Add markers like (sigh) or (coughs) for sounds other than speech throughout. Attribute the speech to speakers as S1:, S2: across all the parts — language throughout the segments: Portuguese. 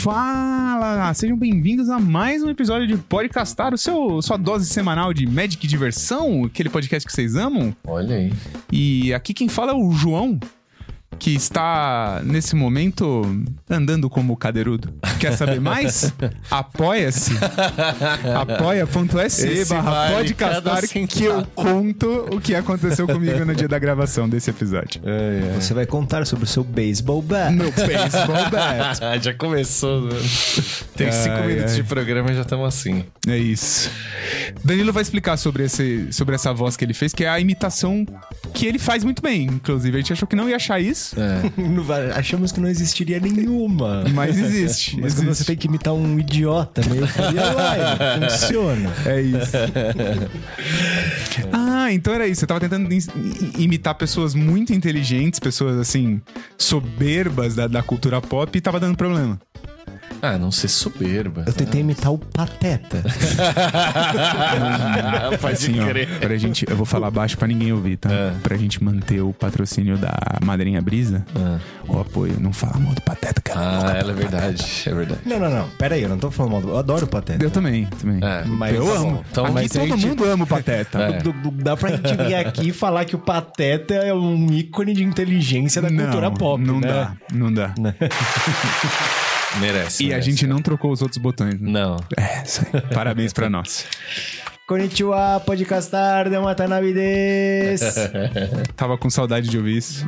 S1: Fala! Sejam bem-vindos a mais um episódio de Podcastar, o seu sua dose semanal de Magic e Diversão, aquele podcast que vocês amam.
S2: Olha aí.
S1: E aqui quem fala é o João, que está nesse momento andando como cadeirudo. Quer saber
S2: (laughs)
S1: mais? Apoia-se. Apoia.se
S2: Esse
S1: barra
S2: vale
S1: podcastar
S2: cada
S1: que eu conto o que aconteceu comigo no dia da gravação desse episódio.
S2: É.
S3: Você vai contar sobre o seu baseball bat.
S1: No baseball bat.
S2: Ah, já começou, mano. Tem cinco
S1: Ai,
S2: minutos
S1: ai.
S2: de programa e já estamos assim.
S1: É isso. Danilo vai explicar sobre, esse, sobre essa voz que ele fez, que é a imitação que ele faz muito bem, inclusive. A gente achou que não ia achar isso,
S3: (laughs) Não vai- Achamos que não existiria nenhuma.
S1: mas existe.
S3: É. (laughs) Mas quando você
S1: existe.
S3: tem que imitar um idiota meio (laughs) fria, uai, funciona.
S1: É
S3: (laughs)
S1: isso. ah, então era isso. Você tava tentando in- i- imitar pessoas muito inteligentes, pessoas assim, soberbas da, da cultura pop e tava dando problema.
S3: (laughs)
S2: Ah, não ser soberba.
S3: Eu tentei imitar o Pateta.
S2: (laughs) Pode
S1: Assim, ó, pra gente, eu vou falar baixo pra ninguém ouvir, tá?
S3: É.
S1: Pra gente manter o patrocínio da Madrinha Brisa,
S3: É.
S1: o apoio. Não fala mal do Pateta, cara.
S2: Ah, ela é verdade. É verdade.
S3: Não, não, não. Pera aí, eu não tô falando mal. do- Eu adoro o Pateta.
S1: Eu também, também.
S2: É,
S3: mas
S1: eu
S3: tá
S1: amo.
S3: bom.
S2: Então vai
S1: Aqui
S2: ter
S1: todo
S2: gente-
S1: mundo ama o Pateta.
S2: É.
S3: Do- do- Dá pra gente vir aqui e falar que o Pateta é um ícone de inteligência é da cultura pop,
S1: não
S3: né?
S1: dá, não dá.
S2: Merece.
S1: E a
S2: merece.
S1: gente não trocou os outros botões. né?
S2: Não.
S1: É, isso aí. Parabéns pra nós.
S3: Konnichiwa, podcastar, dematanabe (laughs) desu.
S1: Tava com saudade de ouvir isso.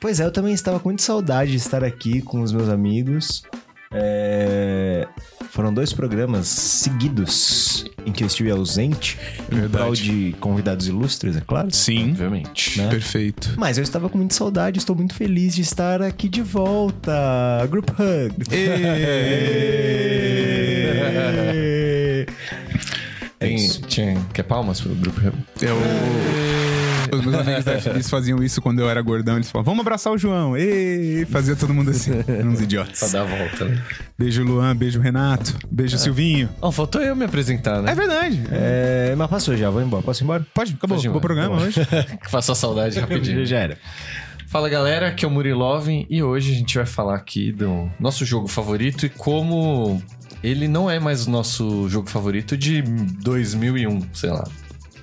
S3: Pois é, eu também estava com muita saudade de estar aqui com os meus amigos. É, Foram dois programas seguidos em que eu estive ausente, em
S1: Verdade.
S3: prol de convidados ilustres, é claro.
S1: Sim.
S2: Obviamente.
S3: Né?
S1: Perfeito.
S3: Mas eu estava com muita saudade, estou muito feliz de estar aqui de volta. Group Hug.
S1: é
S3: É
S2: Tem, tinha- quer palmas pro grupo?
S1: Eu... É Os meus amigos da FBs faziam isso quando eu era gordão. Eles falavam, vamos abraçar o João. Ê! Fazia todo mundo assim. Uns
S2: Pra
S1: idiotas.
S2: dar a volta, né?
S1: Beijo, Luan. Beijo, Renato. Beijo, Silvinho.
S2: Ó, faltou eu me apresentar, né? (laughs)
S1: É verdade.
S3: É, mas passou já, vou embora. Posso ir embora?
S1: Pode, acabou.
S2: Pode ir
S1: Acabou o
S2: embora.
S1: programa hoje.
S2: Faço a
S1: (laughs) É
S2: saudade rapidinho.
S3: Já era.
S2: Fala galera, aqui é o Murilovin e hoje a gente vai falar aqui do nosso jogo favorito e como ele não é mais o nosso jogo favorito de 2001, sei lá.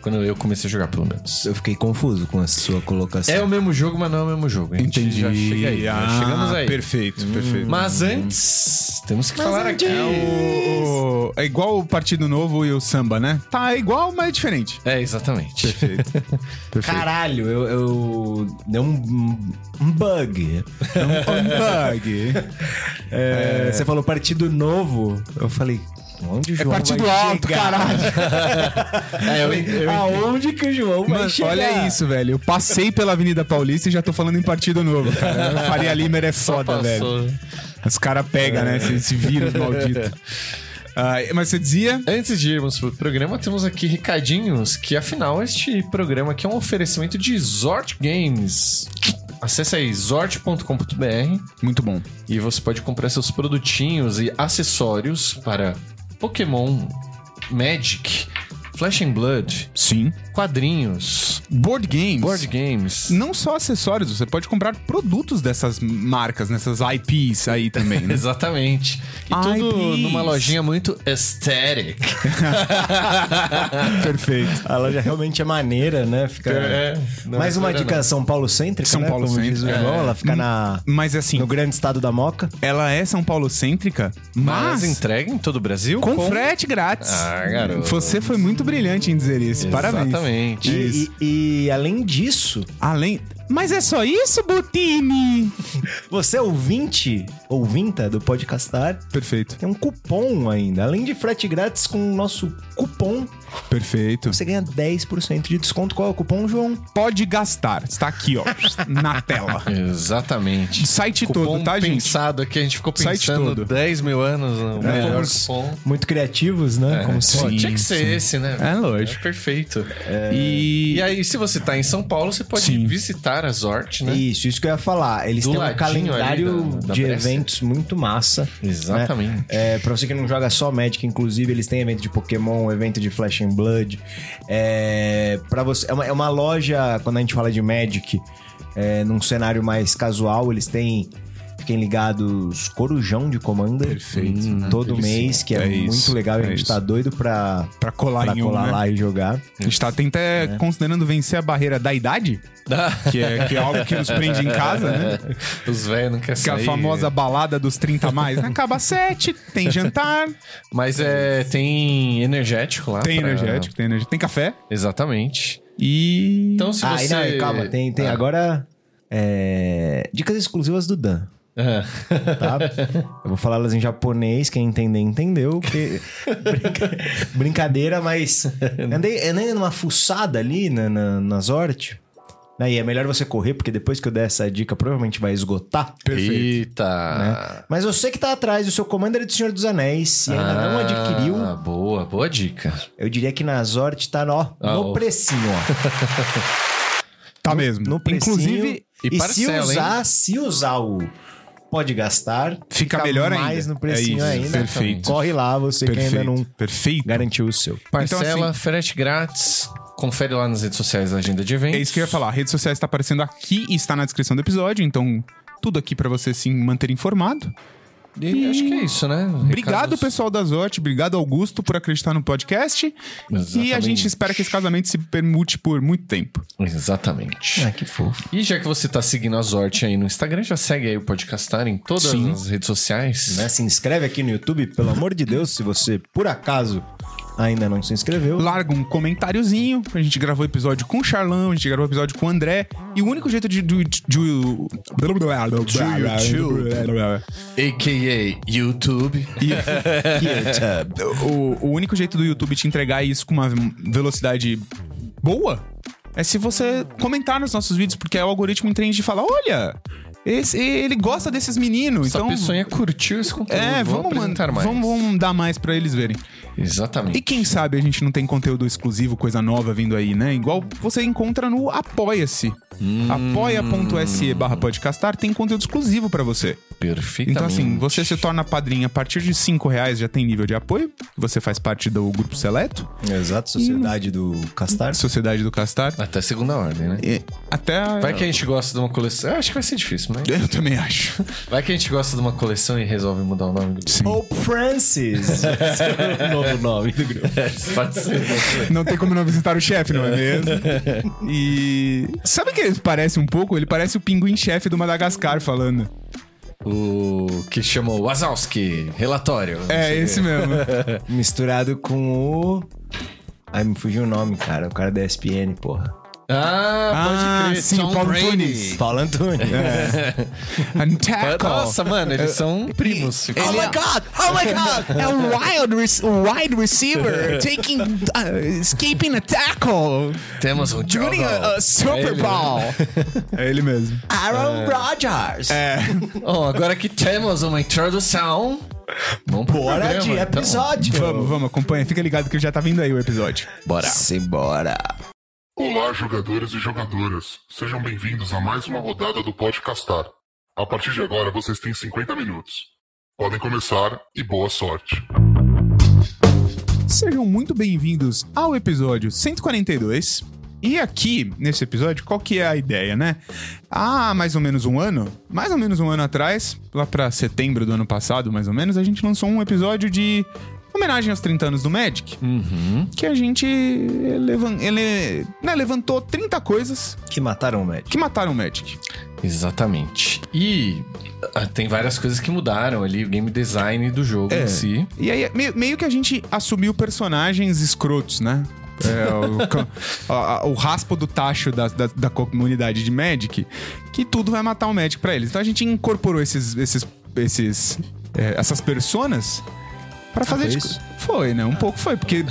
S2: Quando eu comecei a jogar, pelo menos.
S3: Eu fiquei confuso com a sua colocação.
S2: É o mesmo jogo, mas não é o mesmo jogo. A gente
S1: Entendi.
S2: já chega aí. já
S1: Ah,
S2: chegamos aí.
S1: Perfeito, perfeito.
S2: Mas antes, temos que falar
S1: É,
S2: aqui.
S1: o- é igual o Partido Novo e o samba, né? Tá, é igual, mas é diferente.
S2: É, exatamente.
S1: Perfeito. Perfeito.
S3: Caralho, eu, eu... Deu um, um bug.
S1: bug.
S3: É, Você falou partido novo. Eu falei, onde o
S1: É
S3: João
S1: partido
S3: vai
S1: alto,
S3: chegar? (laughs)
S1: caralho.
S2: É,
S1: Ah,
S2: eu, eu,
S3: Aonde que o João vai
S1: Mano,
S3: chegar?
S1: olha isso, velho. Eu passei pela Avenida Paulista e já tô falando em Partido Novo, cara. Faria Limer é
S2: só
S1: foda, velho.
S2: passou.
S1: Os caras pegam, né? Esse, esse vírus maldito. Ah, mas você dizia...
S2: Antes de irmos pro programa, temos aqui recadinhos que, afinal, este programa aqui é um oferecimento de Zort Games. Acesse aí zort.com.br
S1: Muito bom.
S2: e você pode comprar seus produtinhos e acessórios para Pokémon, Magic, Flash and Blood,
S1: Sim.
S2: quadrinhos,
S1: Board games.
S2: board games.
S1: Não só acessórios, você pode comprar produtos dessas marcas, nessas IPs aí também, (laughs) né?
S2: (laughs) Exatamente. E
S1: Ai,
S2: tudo
S1: please.
S2: numa lojinha muito aesthetic. (laughs)
S1: Perfeito.
S3: A loja realmente é maneira, né? Fica...
S2: É, não
S3: Mais
S2: é
S3: uma
S2: maneira,
S3: dica São Paulo cêntrica,
S1: São
S3: né?
S1: Paulo
S3: Como diz o
S1: cêntrica,
S3: João,
S1: é.
S3: ela fica na...
S1: Mas assim,
S3: no grande estado da Moca.
S1: ela é São Paulo cêntrica, mas, então
S2: Mas, entrega em todo o Brasil
S1: com, frete grátis.
S2: Ah, garoto.
S1: Você foi muito brilhante em dizer isso. Parabéns.
S2: Exatamente.
S3: E, e- e, além disso,
S1: Além. Mas é só isso, Butini?
S3: você é ouvinte, ouvinta do Podcastar,
S1: Perfeito,
S3: tem um cupom ainda. Além de frete grátis com o nosso cupom,
S1: perfeito.
S3: você ganha 10% de desconto. Qual é o cupom, João?
S1: Pode gastar. Está aqui, ó, na
S2: (laughs)
S1: tela.
S2: Exatamente.
S1: Site
S2: Cupom
S1: todo, tá, gente?
S2: pensado aqui, a gente ficou
S1: Site
S2: pensando
S1: todo. É.
S2: 10 mil anos no melhor
S1: Vamos-
S2: cupom.
S3: Muito criativos, né? Como
S2: Pô,
S3: sempre.
S2: tinha que ser esse, né?
S1: É lógico.
S2: perfeito.
S1: E.
S2: E aí, se você tá em São Paulo, você pode
S1: Sim.
S2: visitar a Zort, né?
S3: Isso, isso que eu ia falar. Eles
S2: Do
S3: têm um
S2: ladinho
S3: calendário
S2: ali da- da
S3: de
S2: Bresser.
S3: eventos muito massa.
S2: Exatamente.
S3: É, pra você que não joga só Magic, inclusive, eles têm evento de Pokémon, evento de Flash and Blood. É, pra você, é, uma, é uma loja, quando a gente fala de Magic, é, num cenário mais casual, eles têm Fiquem ligados, Corujão de Comanda.
S1: Perfeito.
S2: Hum,
S3: Todo
S1: delícia.
S3: mês, que é,
S1: É
S3: muito
S1: isso,
S3: legal.
S1: é
S3: a gente
S1: isso.
S3: tá doido pra,
S1: Pra colar
S3: pra
S1: em um,
S3: colar
S1: né?
S3: lá e jogar.
S1: A gente tá até
S3: É.
S1: até considerando vencer a barreira da idade, que é, que é algo que nos prende em casa,
S3: É.
S1: né?
S2: (laughs) Os velhos não querem
S1: Que é
S2: sair.
S1: a famosa balada dos 30 a mais, né? Acaba às 7, tem jantar,
S2: Mas é, tem energético lá.
S1: tem
S2: pra-
S1: energético, tem energético, tem café.
S2: Exatamente.
S1: E.
S2: Então se
S3: ah, e
S2: você...
S3: não, e calma, tem, tem
S2: Ah.
S3: agora. é, dicas exclusivas do Dan,
S2: Ah. (laughs)
S3: tá? Eu vou falar elas em japonês, quem entender, entendeu. porque- Brinca- Brincadeira, mas. Andei, andei numa fuçada ali na, na, nas hortes. né? E é melhor você correr, porque depois que eu der essa dica, provavelmente vai esgotar.
S2: (laughs)
S1: Né?
S2: Eita.
S3: Mas você que tá atrás do seu Commander do Senhor dos Anéis e ainda não adquiriu,
S2: Ah, boa, boa dica.
S3: eu diria que na Zorte tá no,
S2: Ah,
S3: no
S2: o-
S3: precinho, ó.
S1: Tá mesmo.
S3: No precinho.
S1: Inclusive,
S2: E
S3: E, se
S2: parcela, hein?
S3: usar, se usar o pode gastar,
S1: fica, melhor ainda.
S3: mais no
S1: é
S3: precinho
S1: isso,
S3: ainda.
S1: Perfeito.
S3: Corre lá, você que ainda
S1: Perfeito.
S3: não
S1: Perfeito.
S3: garantiu o seu.
S2: Parcela,
S1: Então,
S2: frete grátis. Confere lá nas redes sociais a agenda de eventos.
S1: É isso que eu ia falar. A rede social está aparecendo aqui e está na descrição do episódio, então tudo aqui pra você se manter informado.
S2: E acho que é isso, né?
S1: Obrigado,
S2: Recados-
S1: pessoal da Zorte. Obrigado, Augusto, por acreditar no podcast. E a
S2: Exatamente.
S1: gente espera que esse casamento se permute por muito tempo.
S2: Exatamente.
S3: que fofo.
S2: E já que você tá seguindo a Zorte aí no Instagram, já segue aí o Podcastar em todas
S1: Sim.
S2: as redes sociais.
S3: Né? Se inscreve aqui no YouTube, pelo amor de Deus, se você por acaso ainda não se inscreveu.
S1: Larga um comentáriozinho. A gente gravou episódio com o Charlão, a gente gravou episódio com o André. E o único jeito de. de, de,
S2: AKA YouTube.
S1: o, o único jeito do YouTube te entregar isso com uma velocidade boa é se você comentar nos nossos vídeos, porque aí o algoritmo entende e fala: olha, esse- ele gosta desses meninos,
S2: Essa
S1: então.
S2: pessoa curtiu esse conteúdo.
S1: É,
S2: vou
S1: vamos,
S2: apresentar
S1: mandar
S2: mais.
S1: Vamos, vamos dar mais pra eles verem.
S2: Exatamente.
S1: E quem sabe a gente não tem conteúdo exclusivo, coisa nova vindo aí, né? Igual você encontra no Apoia-se.
S2: Hum.
S1: Apoia.se barra podcastar tem conteúdo exclusivo pra você.
S2: Perfeitamente.
S1: Então, assim, você se torna padrinho a partir de 5 reais, já tem nível de apoio. Você faz parte do grupo seleto,
S3: Exato, Sociedade do Castar.
S1: Sociedade do Castar.
S2: Até segunda ordem, né?
S1: E até. a-
S2: Vai que a gente gosta de uma coleção. Eu acho que vai ser difícil, mas.
S1: (laughs) Eu também acho.
S2: Vai que a gente gosta de uma coleção e resolve mudar o nome do
S1: Sim.
S3: Pope
S1: (laughs)
S3: Francis. Esse é o novo nome do grupo.
S2: Pode ser.
S1: Não tem como não visitar o chefe, não é
S2: (laughs)
S1: mesmo? E. Sabe o que ele parece um pouco? Ele parece o pinguim-chefe do Madagascar falando.
S2: O que chamou Wazowski. Relatório.
S1: É, esse
S2: (laughs)
S1: mesmo.
S3: Misturado com o. Ai, me fugiu o nome, cara. O cara da ESPN, porra.
S2: Ah,
S1: Ah,
S2: pode crer.
S1: sim,
S2: Tom
S1: o Paulo
S2: Brady.
S1: Nunes. (laughs)
S3: Paulo Antônio.
S1: É. And tackle.
S2: Nossa, mano, eles são primos.
S1: Oh my god! Oh my god! (laughs) É um wild rec- wide (laughs) receiver taking. uh, escaping a tackle!
S2: Temos um jogo.
S1: Winning a, a Super
S2: ele,
S1: Bowl! É ele mesmo.
S3: Aaron Rodgers. É.
S2: Oh, agora que temos uma introdução. Vamos pro
S3: Bora de
S2: programa, então.
S3: episódio.
S1: Vamos, vamos, acompanha. Fica ligado que já tá vindo aí o episódio.
S2: Bora.
S3: Simbora.
S4: Olá, jogadores e jogadoras. Sejam bem-vindos a mais uma rodada do Podcastar. A partir de agora, vocês têm 50 minutos. Podem começar e boa sorte.
S1: Sejam muito bem-vindos ao episódio 142. E aqui, nesse episódio, qual que é a ideia, né? Há mais ou menos um ano, mais ou menos um ano atrás, lá pra setembro do ano passado, mais ou menos, a gente lançou um episódio de homenagem aos 30 anos do Magic,
S2: Uhum.
S1: que a gente levan- ele, né, levantou 30 coisas
S3: Que mataram o médico.
S1: que mataram o Magic.
S2: Exatamente. E ah, tem várias coisas que mudaram ali, o game design do jogo em si.
S1: E aí, me- meio que a gente assumiu personagens escrotos, né? É, o, ca- a- a- o raspo do tacho da, da, da comunidade de Magic, que tudo vai matar o Magic pra eles. Então a gente incorporou esses, esses, esses, é, essas personas pra fazer
S3: foi
S1: de-
S3: isso?
S1: Foi, né? Um pouco foi, porque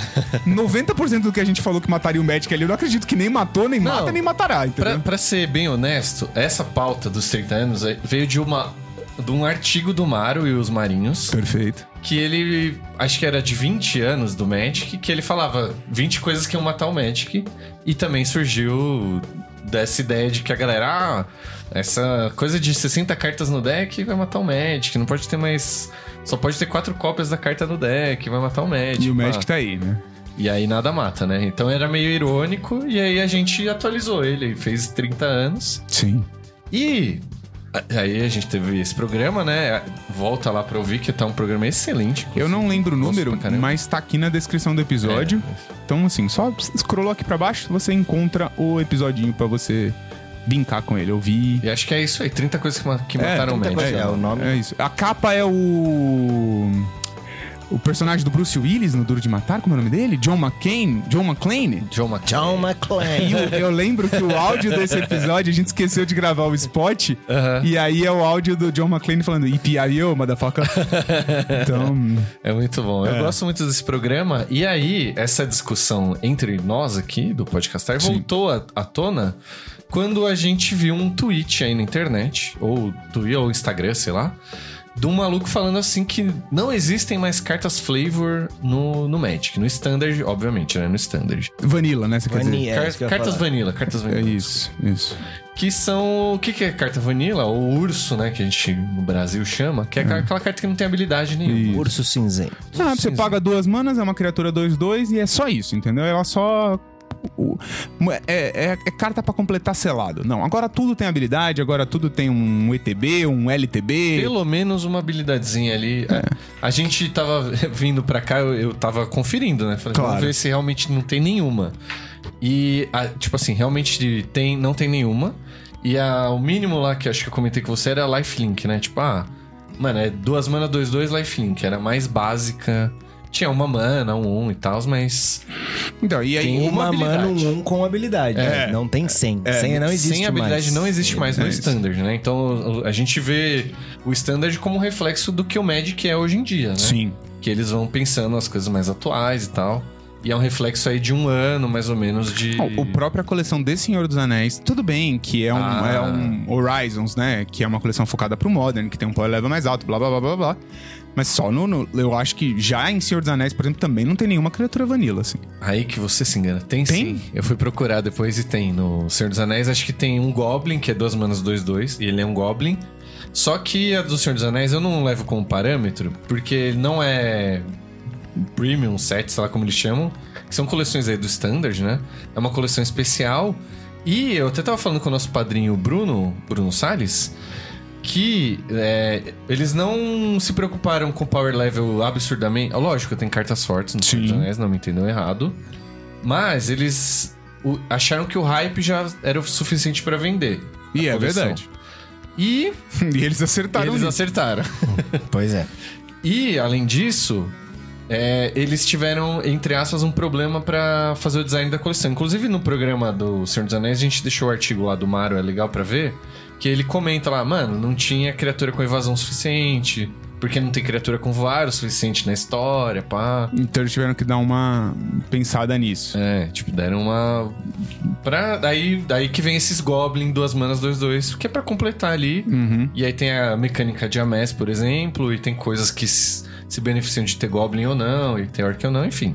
S1: 90% do que a gente falou que mataria o Magic ali, eu não acredito que nem matou, nem
S2: Não.
S1: mata, nem matará, entendeu?
S2: Pra, pra ser bem honesto, essa pauta dos 30 anos eh, veio de uma. De um artigo do Mario e os Marinhos,
S1: Perfeito.
S2: que ele. Acho que era de 20 anos do Magic, que ele falava 20 coisas que iam matar o Magic. E também surgiu dessa ideia de que a galera. Ah, essa coisa de 60 cartas no deck vai matar o Magic. Não pode ter mais. Só pode ter quatro cópias da carta no deck, vai matar o Magic.
S1: E o
S2: pá.
S1: Magic tá aí, né?
S2: E aí nada mata, né? Então era meio irônico, e aí a gente atualizou ele, fez 30 anos.
S1: Sim.
S2: E Aí a gente teve esse programa, né? Volta lá pra ouvir, que tá um programa excelente.
S1: Eu não lembro o
S2: Nossa,
S1: número,
S2: pra caramba. É,
S1: mas tá aqui na descrição do episódio. Então, assim, só scrollou aqui pra baixo, você encontra o episodinho pra você brincar com ele, ouvir.
S2: E acho que é isso aí, 30 coisas que, ma- que mataram o
S1: 30
S2: Mandy.
S1: coisas.
S3: É, o nome.
S1: É isso. A capa é o. O personagem do Bruce Willis no Duro de Matar, como é o nome dele? John McCain? John McClane?
S2: John McClane.
S3: John McClane.
S1: E o- eu lembro que o áudio desse episódio, a gente esqueceu de gravar o spot.
S2: Aham.
S1: E aí é o áudio do John McClane falando IPIO,
S2: (laughs)
S1: motherfucker. Então,
S2: É muito bom. Eu gosto muito desse programa. E aí, essa discussão entre nós aqui do Podcastar
S1: Sim.
S2: voltou à, à tona quando a gente viu um tweet aí na internet, ou Twitter ou Instagram, sei lá, de um maluco falando assim que não existem mais cartas flavor no, no Magic, no Standard, obviamente, né? No Standard.
S1: Vanilla, né? Você quer dizer?
S3: Vanilla, é
S2: Car-
S3: isso que eu ia
S2: cartas
S3: falar.
S2: vanilla, cartas
S1: É
S2: vanilla.
S1: isso, isso.
S2: Que são. O que, que é carta vanilla? Ou urso, né? Que a gente no Brasil chama, que é
S3: Hum.
S2: aquela carta que não tem habilidade nenhuma.
S1: Isso.
S3: Urso cinzento.
S1: Ah, você
S2: Sim,
S1: paga duas manas, é uma criatura 2-2 e é só isso, entendeu? Ela só. o- É, é- é carta pra completar selado. Não, agora tudo tem habilidade, agora tudo tem um ETB, um LTB.
S2: Pelo menos uma habilidadezinha ali. A gente tava (laughs) vindo pra cá, eu, eu tava conferindo, né? Falei,
S1: Claro.
S2: vamos ver se realmente não tem nenhuma. E, a- tipo assim, realmente tem, não tem nenhuma. E a- o mínimo lá que acho que eu comentei com você era lifelink, né? Tipo, ah, mano, é duas mana, dois, dois, lifelink. Era mais básica. Tinha uma mana, um, um e tal, mas.
S1: Então, e aí.
S2: Tem
S3: Tem
S2: uma
S3: uma mano,
S2: habilidade.
S3: um com habilidade.
S1: É.
S3: Não tem 100. 100 não existe
S2: sem habilidade
S3: mais.
S2: não existe mais no
S1: é isso.
S2: standard, né? Então a gente vê o standard como um reflexo do que o Magic é hoje em dia, né?
S1: Sim.
S2: que eles vão pensando as coisas mais atuais e tal. E é um reflexo aí de um ano, mais ou menos, de.
S1: Bom, o própria coleção de Senhor dos Anéis, tudo bem que é um,
S2: Ah.
S1: é um Horizons, né? Que é uma coleção focada pro Modern, que tem um power level mais alto, blá blá blá blá blá. Mas só no, no- Eu acho que já em Senhor dos Anéis, por exemplo, também não tem nenhuma criatura vanilla, assim.
S2: Aí que você se engana. Tem,
S1: Tem?
S2: sim. Eu fui procurar depois e tem. No Senhor dos Anéis, acho que tem um Goblin, que é duas manas 2-2, e ele é um Goblin. Só que a do Senhor dos Anéis eu não levo como parâmetro, porque ele não é premium set, sei lá como eles chamam, que são coleções aí do standard, né? É uma coleção especial. E eu até tava falando com o nosso padrinho Bruno, Bruno Salles, que é, eles não se preocuparam com power level absurdamente. Lógico, tem cartas fortes no Senhor dos
S1: Sim.
S2: Anéis, não me entendam errado. Mas eles o- acharam que o hype já era o suficiente pra vender.
S1: E é
S2: coleção.
S1: verdade. (laughs) Tá
S2: E
S1: E eles acertaram
S2: eles
S1: nisso.
S2: acertaram.
S3: Pois é.
S2: E, além disso, é, eles tiveram, entre aspas, um problema pra fazer o design da coleção. Inclusive, no programa do Senhor dos Anéis, a gente deixou o artigo lá do Mario, é legal pra ver, que ele comenta lá, mano, não tinha criatura com evasão suficiente, porque não tem criatura com voar o suficiente na história, pá.
S1: Então eles tiveram que dar uma pensada nisso.
S2: É, tipo, deram uma. Pra. Daí, daí que vem esses Goblin, duas manas, dois, dois, que é pra completar ali.
S1: Uhum.
S2: E aí tem a mecânica de Ames, por exemplo, e tem coisas que s- se beneficiam de ter Goblin ou não, e ter Orc ou não, enfim.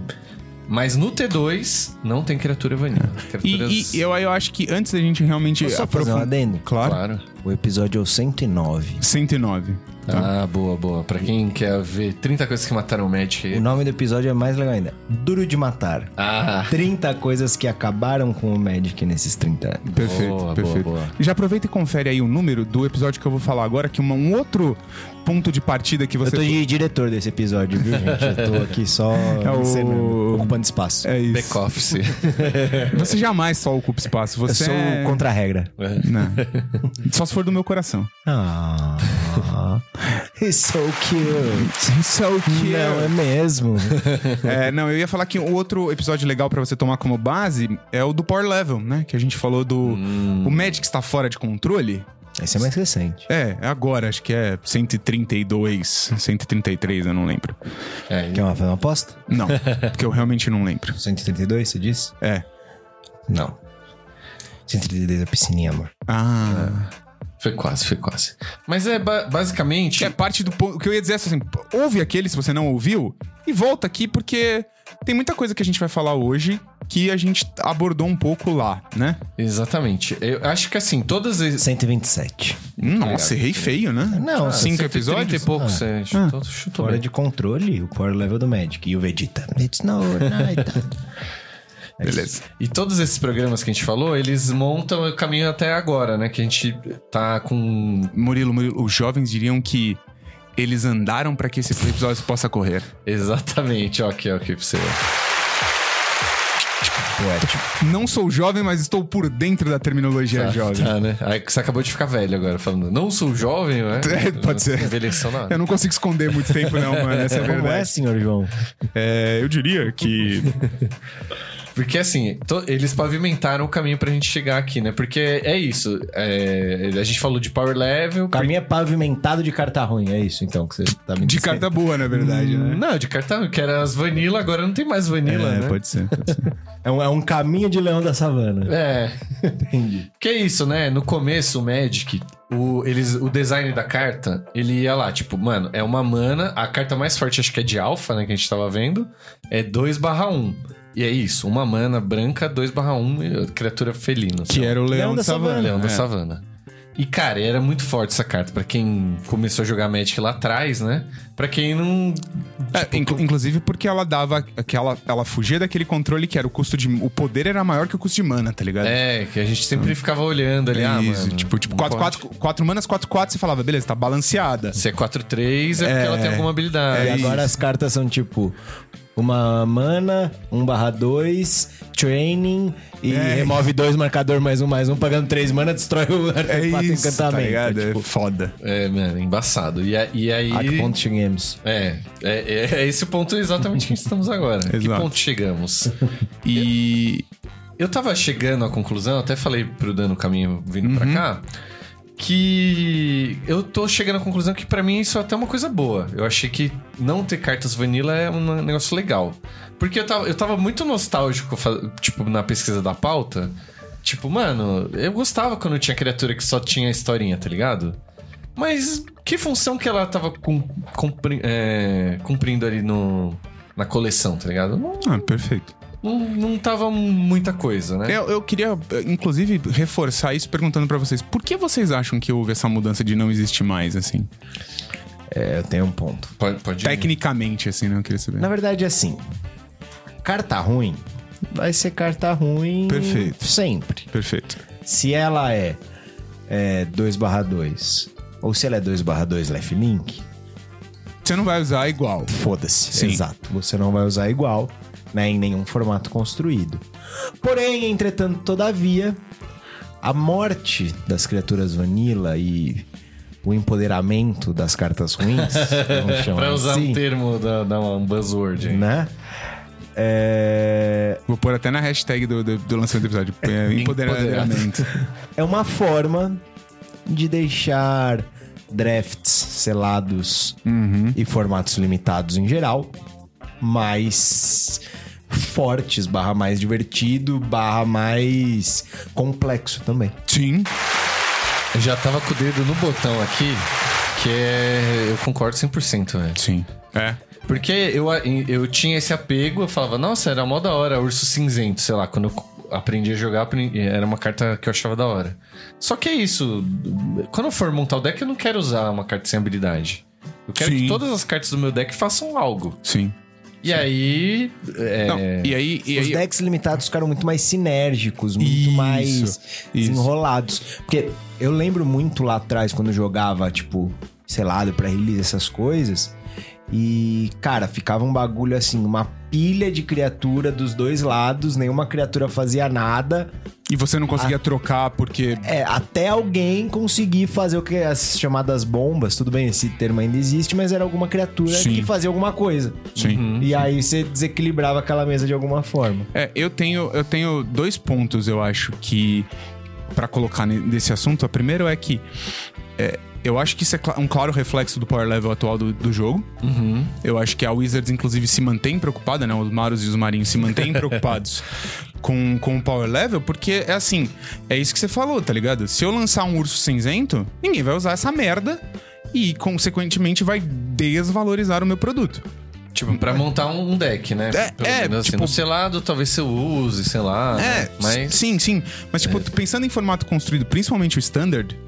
S2: Mas no T2 não tem criatura vanilla.
S1: É. E,
S2: Criaturas-
S1: e eu, eu acho que antes da gente realmente
S3: Posso só fazer um
S1: aprofundar.
S3: adendo?
S1: Claro.
S2: Claro.
S3: O episódio é o 109.
S1: 109. Tá.
S2: Ah, boa, boa. Pra quem quer ver 30 coisas que mataram o Magic
S3: O
S2: aí.
S3: nome do episódio é mais legal ainda. Duro de matar.
S2: Ah,
S3: 30 coisas que acabaram com o Magic nesses 30 anos.
S1: Perfeito,
S2: boa,
S1: perfeito.
S2: boa, boa.
S1: Já aproveita e confere aí o número do episódio que eu vou falar agora, que uma- um outro ponto de partida que
S3: Eu
S1: você.
S3: tô de diretor desse episódio, viu, gente? Eu tô aqui só
S1: o-
S3: encenando, ocupando espaço.
S1: É isso.
S2: Back Office.
S1: Você jamais só ocupa espaço.
S3: Eu
S1: Você
S3: sou
S1: é-
S3: contra a regra.
S1: Não. Só se for do meu coração.
S3: Ah, it's so cute.
S1: So cute.
S3: Não, é mesmo.
S1: É, não, eu ia falar que o outro episódio legal pra você tomar como base é o do Power Level, né? Que a gente falou do.
S3: Hum.
S1: O Magic está fora de controle.
S3: Esse é mais recente.
S1: É, é agora, acho que é 132, 133, eu não lembro.
S2: É,
S3: Quer uma, fazer uma aposta?
S1: Não,
S2: (laughs)
S1: porque eu realmente não lembro.
S3: 132, você disse?
S1: É.
S3: Não. 132 é piscininha, amor.
S1: Ah.
S2: (laughs) É. foi quase, foi quase. Mas é ba- basicamente.
S1: Que é parte do ponto. O que eu ia dizer é assim: ouve aquele se você não ouviu e volta aqui, porque tem muita coisa que a gente vai falar hoje que a gente abordou um pouco lá, né?
S2: Exatamente. Eu acho que assim, todas as.
S3: 127.
S1: Hum, Nossa, errei feio, né?
S3: Não,
S1: Cinco
S2: 130
S1: episódios? Ah.
S2: e é pouco, você chutou, chutou
S3: Fora
S1: (laughs)
S2: bem.
S3: (laughs) de controle, o power level do Magic. E o Vegeta. It's no night.
S1: Beleza.
S2: E todos esses programas que a gente falou, eles montam o caminho até agora, né? Que a gente tá com. (laughs)
S1: Murilo, Murilo, os jovens diriam que eles andaram pra que esse episódio possa correr.
S2: Exatamente, ó, aqui, ó, aqui pra você.
S3: Poético.
S1: Não sou jovem, mas estou por dentro da terminologia
S2: Tá,
S1: jovem.
S2: tá, né? Aí que você acabou de ficar velho agora, falando, não sou jovem, né?
S1: (laughs) É, pode ser.
S2: Envelheceu na hora.
S1: Eu não consigo esconder muito tempo, não, mano. Essa é a
S3: Como é,
S1: verdade.
S3: senhor João?
S1: É, eu diria que.
S2: Porque assim, to- eles pavimentaram o caminho pra gente chegar aqui, né? Porque é isso. é, a gente falou de power level.
S3: O caminho é pavimentado de carta ruim, é isso então que você tá me
S1: De
S3: dizendo.
S1: carta boa, na verdade, né?
S2: Não, de cartão, que era as vanilla, agora não tem mais vanilla,
S1: é,
S2: né?
S1: pode ser. Pode ser.
S3: É um, é um caminho de leão da savana.
S1: (laughs)
S2: É. Que é isso, né? No começo, o Magic, o, eles, o design da carta, ele ia lá, tipo, mano, é uma mana, a carta mais forte acho que é de alfa, né? Que a gente tava vendo, é 2 1. E é isso, uma mana branca, 2 1, criatura felina. sei
S1: Que
S2: lá.
S1: era o Leão,
S3: Leão
S1: da
S3: da
S1: Savana.
S2: Leão da
S1: é.
S2: Savana. E, cara, era muito forte essa carta. Pra quem começou a jogar Magic lá atrás, né? Pra quem não. tipo,
S1: É, inclu- inclusive porque ela dava aquela. Ela fugia daquele controle que era o custo de. O poder era maior que o custo de mana, tá ligado?
S2: É, que a gente sempre ficava olhando ali. ah,
S1: Isso,
S2: mano,
S1: tipo, tipo
S2: não
S1: 4,
S2: pode.
S1: 4, 4 manas, 4, 4, você falava, beleza, tá balanceada.
S2: Se é 4-3, é, porque ela tem alguma habilidade.
S3: e agora
S1: É isso.
S3: as cartas são tipo uma mana, 1 barra 2, training e
S1: É.
S3: remove dois marcador mais um mais um, pagando três mana, destrói o (laughs)
S1: É
S3: artefato
S1: isso, tá
S3: encantamento.
S1: ligado?
S3: É,
S1: É
S3: tipo,
S1: foda.
S2: É, mano, embaçado. E, a- e aí.
S3: a Ah, que ponto chegamos?
S2: É, é, é- é esse o ponto exatamente que estamos agora. Que
S1: Exato.
S2: ponto chegamos?
S1: E.
S2: Eu tava chegando à conclusão, até falei pro Dan no caminho vindo
S3: Uhum.
S2: pra cá, que eu tô chegando à conclusão que pra mim isso é até uma coisa boa. Eu achei que não ter cartas vanilla é um negócio legal. Porque eu tava, eu tava muito nostálgico, fa- tipo, na pesquisa da pauta. Tipo, mano, eu gostava quando tinha criatura que só tinha historinha, tá ligado? Mas que função que ela tava cum- cumpri- é, cumprindo ali no, na coleção, tá ligado? Não,
S1: Ah, perfeito.
S2: não, não tava muita coisa, né?
S1: Eu, eu queria, eh, inclusive, reforçar isso perguntando pra vocês. Por que vocês acham que houve essa mudança de não existir mais, assim?
S3: É, eu tenho um ponto.
S2: Pode, pode ir.
S1: Tecnicamente, assim, né? Eu queria saber.
S3: Na verdade, é assim. Carta ruim vai ser carta ruim
S1: Perfeito.
S3: sempre.
S1: Perfeito.
S3: Se ela é, é 2 barra 2 ou se ela é 2 barra 2 left link,
S1: Você não vai usar igual.
S3: foda-se.
S1: Sim.
S3: Exato. Você não vai usar igual, né? Em nenhum formato construído. Porém, entretanto, todavia, a morte das criaturas vanilla e o empoderamento das
S2: (laughs)
S3: cartas ruins, vamos chamar
S2: Pra usar
S3: assim,
S2: um termo da, da um buzzword. Hein?
S3: né? É...
S1: Vou pôr até na hashtag do, do, do lançamento do episódio. (laughs) É, empoderamento.
S3: é uma forma de deixar drafts selados e formatos limitados em geral mais fortes, barra mais divertido, barra mais complexo também.
S1: Sim.
S2: Eu já tava com o dedo no botão aqui, que é. Eu concordo 100%, velho.
S1: Sim. É.
S2: Porque eu, eu tinha esse apego, eu falava, nossa, era mó da hora, urso cinzento, sei lá, quando eu aprendi a jogar, aprendi- era uma carta que eu achava da hora. Só que é isso, quando eu for montar o deck, eu não quero usar uma carta sem habilidade. Eu quero
S1: Sim.
S2: que todas as cartas do meu deck façam algo.
S1: Sim.
S2: E aí. é,
S1: Não, e aí. E
S3: Os
S1: aí
S3: decks limitados ficaram muito mais sinérgicos, muito
S1: Isso,
S3: mais
S1: isso.
S3: desenrolados. Porque eu lembro muito lá atrás, quando eu jogava, tipo, sei lá, do pré-release, essas coisas. E, cara, ficava um bagulho assim, uma pilha de criatura dos dois lados, nenhuma criatura fazia nada.
S1: E você não conseguia trocar porque.
S3: É, até alguém conseguir fazer o que as chamadas bombas, tudo bem, esse termo ainda existe, mas era alguma criatura
S1: Sim.
S3: que fazia alguma coisa. Uhum.
S1: Sim.
S3: E aí você desequilibrava aquela mesa de alguma forma.
S1: É, eu tenho, eu tenho dois pontos, eu acho, que. pra colocar ne- nesse assunto. O primeiro é que. é, eu acho que isso é cla- um claro reflexo do power level atual do, do jogo.
S2: uhum.
S1: Eu acho que a Wizards, inclusive, se mantém preocupada, né? Os Maros e os Marinhos se mantêm preocupados com, com o power level, porque é assim, é isso que você falou, tá ligado? Se eu lançar um urso cinzento, ninguém vai usar essa merda e, consequentemente, vai desvalorizar o meu produto.
S2: Tipo, pra montar um um deck, né?
S1: É,
S2: Pelo
S1: é,
S2: menos assim,
S1: tipo-
S2: no selado talvez você use, sei lá.
S1: É,
S2: né? Mas É.
S1: sim, sim. Mas, tipo, pensando em formato construído, principalmente o standard,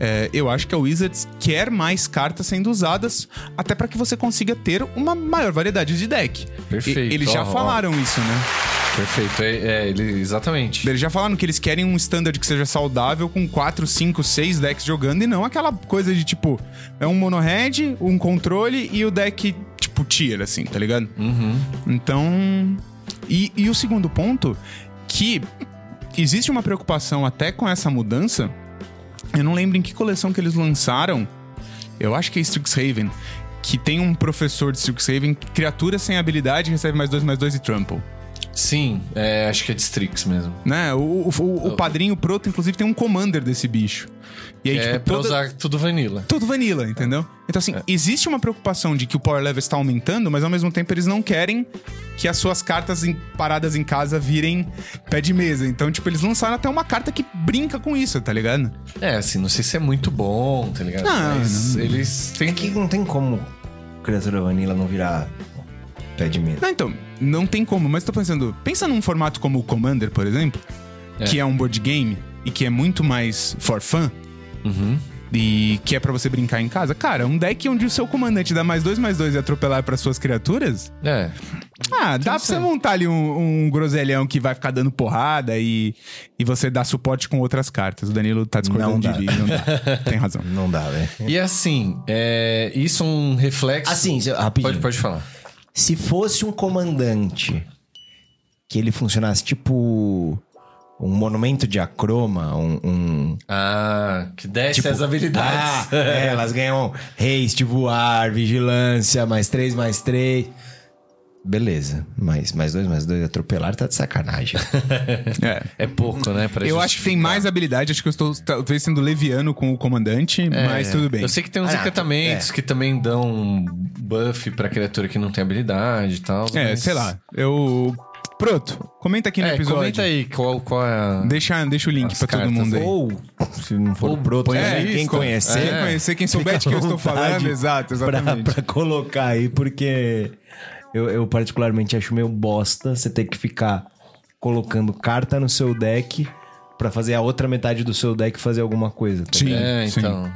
S1: é, eu acho que a Wizards quer mais cartas sendo usadas, até pra que você consiga ter uma maior variedade de deck.
S2: Perfeito,
S1: E- eles já
S2: ó, ó.
S1: falaram isso, né?
S2: Perfeito. É, é, ele, exatamente.
S1: Eles já falaram que eles querem um standard que seja saudável com 4, 5, 6 decks jogando e não aquela coisa de tipo, é um monohead, um controle e o deck tipo tier, assim, tá ligado?
S2: Uhum.
S1: Então. E, e o segundo ponto, que existe uma preocupação até com essa mudança. Eu não lembro em que coleção que eles lançaram. Eu acho que é Strixhaven. Que tem um professor de Strixhaven, que criatura sem habilidade recebe mais dois, mais dois e trample.
S2: Sim, é, acho que é Distrix mesmo.
S1: Né? O, o, o- o padrinho Proto, inclusive, tem um commander desse bicho. E aí,
S2: é
S1: tipo,
S2: pra
S1: toda-
S2: usar tudo vanilla.
S1: tudo
S2: É.
S1: vanilla, entendeu? Então, assim, existe uma preocupação de que o power level está aumentando, mas ao mesmo tempo eles não querem que as suas cartas em- paradas em casa virem pé de mesa. Então, tipo, eles lançaram até uma carta que brinca com isso, tá ligado?
S2: É, assim, não sei se é muito bom, tá ligado?
S1: Não,
S2: Mas eles têm
S3: É
S2: que.
S3: que não tem como criatura vanilla não virar pé de medo.
S1: Não, então, não tem como, mas tô pensando, pensa num formato como o Commander, por exemplo,
S2: É.
S1: que é um board game e que é muito mais for fun.
S2: Uhum.
S1: E que é pra você brincar em casa. Cara, um deck onde o seu comandante dá mais dois, mais dois e atropelar pras suas criaturas,
S2: É.
S1: Ah, dá pra você montar ali um, um groselhão que vai ficar dando porrada e, e você dá suporte com outras cartas. O Danilo tá discordando
S3: Não
S1: de
S3: dá.
S1: mim, não dá.
S3: (laughs)
S1: Tem razão.
S3: Não dá, né? velho.
S2: E assim, é, isso é um reflexo.
S3: Assim, se- rapidinho.
S2: Pode, pode falar.
S3: Se fosse um comandante que ele funcionasse tipo um monumento de acroma, um. um-
S2: Ah, que desce
S3: tipo,
S2: as habilidades.
S3: Ah, é, elas ganham haste, voar, vigilância, mais três, mais três. Beleza, mas mais dois, mais dois, atropelar tá de sacanagem.
S1: É.
S2: (laughs) É pouco, né? pra
S1: Eu acho que tem mais habilidade, acho que eu estou talvez sendo leviano com o comandante,
S2: É,
S1: mas tudo bem.
S2: Eu sei que tem uns
S3: Ah,
S2: encantamentos que também dão um buff pra criatura que não tem habilidade e tal.
S1: É,
S2: mas-
S1: sei lá. Eu. Pronto, comenta aqui no
S2: É,
S1: episódio.
S2: comenta aí qual, qual é a...
S1: Deixa, deixa o link
S2: As
S1: pra todo
S2: cartas.
S1: mundo aí. É,
S3: Ou, se não for
S2: Ou
S3: o broto,
S2: põe
S3: né?
S2: aí,
S3: quem
S2: cara.
S3: conhecer,
S1: Quem
S2: É.
S1: conhecer, quem souber de
S3: Fica
S1: que
S3: à
S1: eu estou
S3: vontade
S1: falando, exato,
S3: pra-
S1: exatamente.
S3: Pra, colocar aí, porque eu, eu particularmente acho meio bosta você ter que ficar colocando carta no seu deck pra fazer a outra metade do seu deck fazer alguma coisa. tá
S1: Sim.
S3: ligado?
S2: É, então.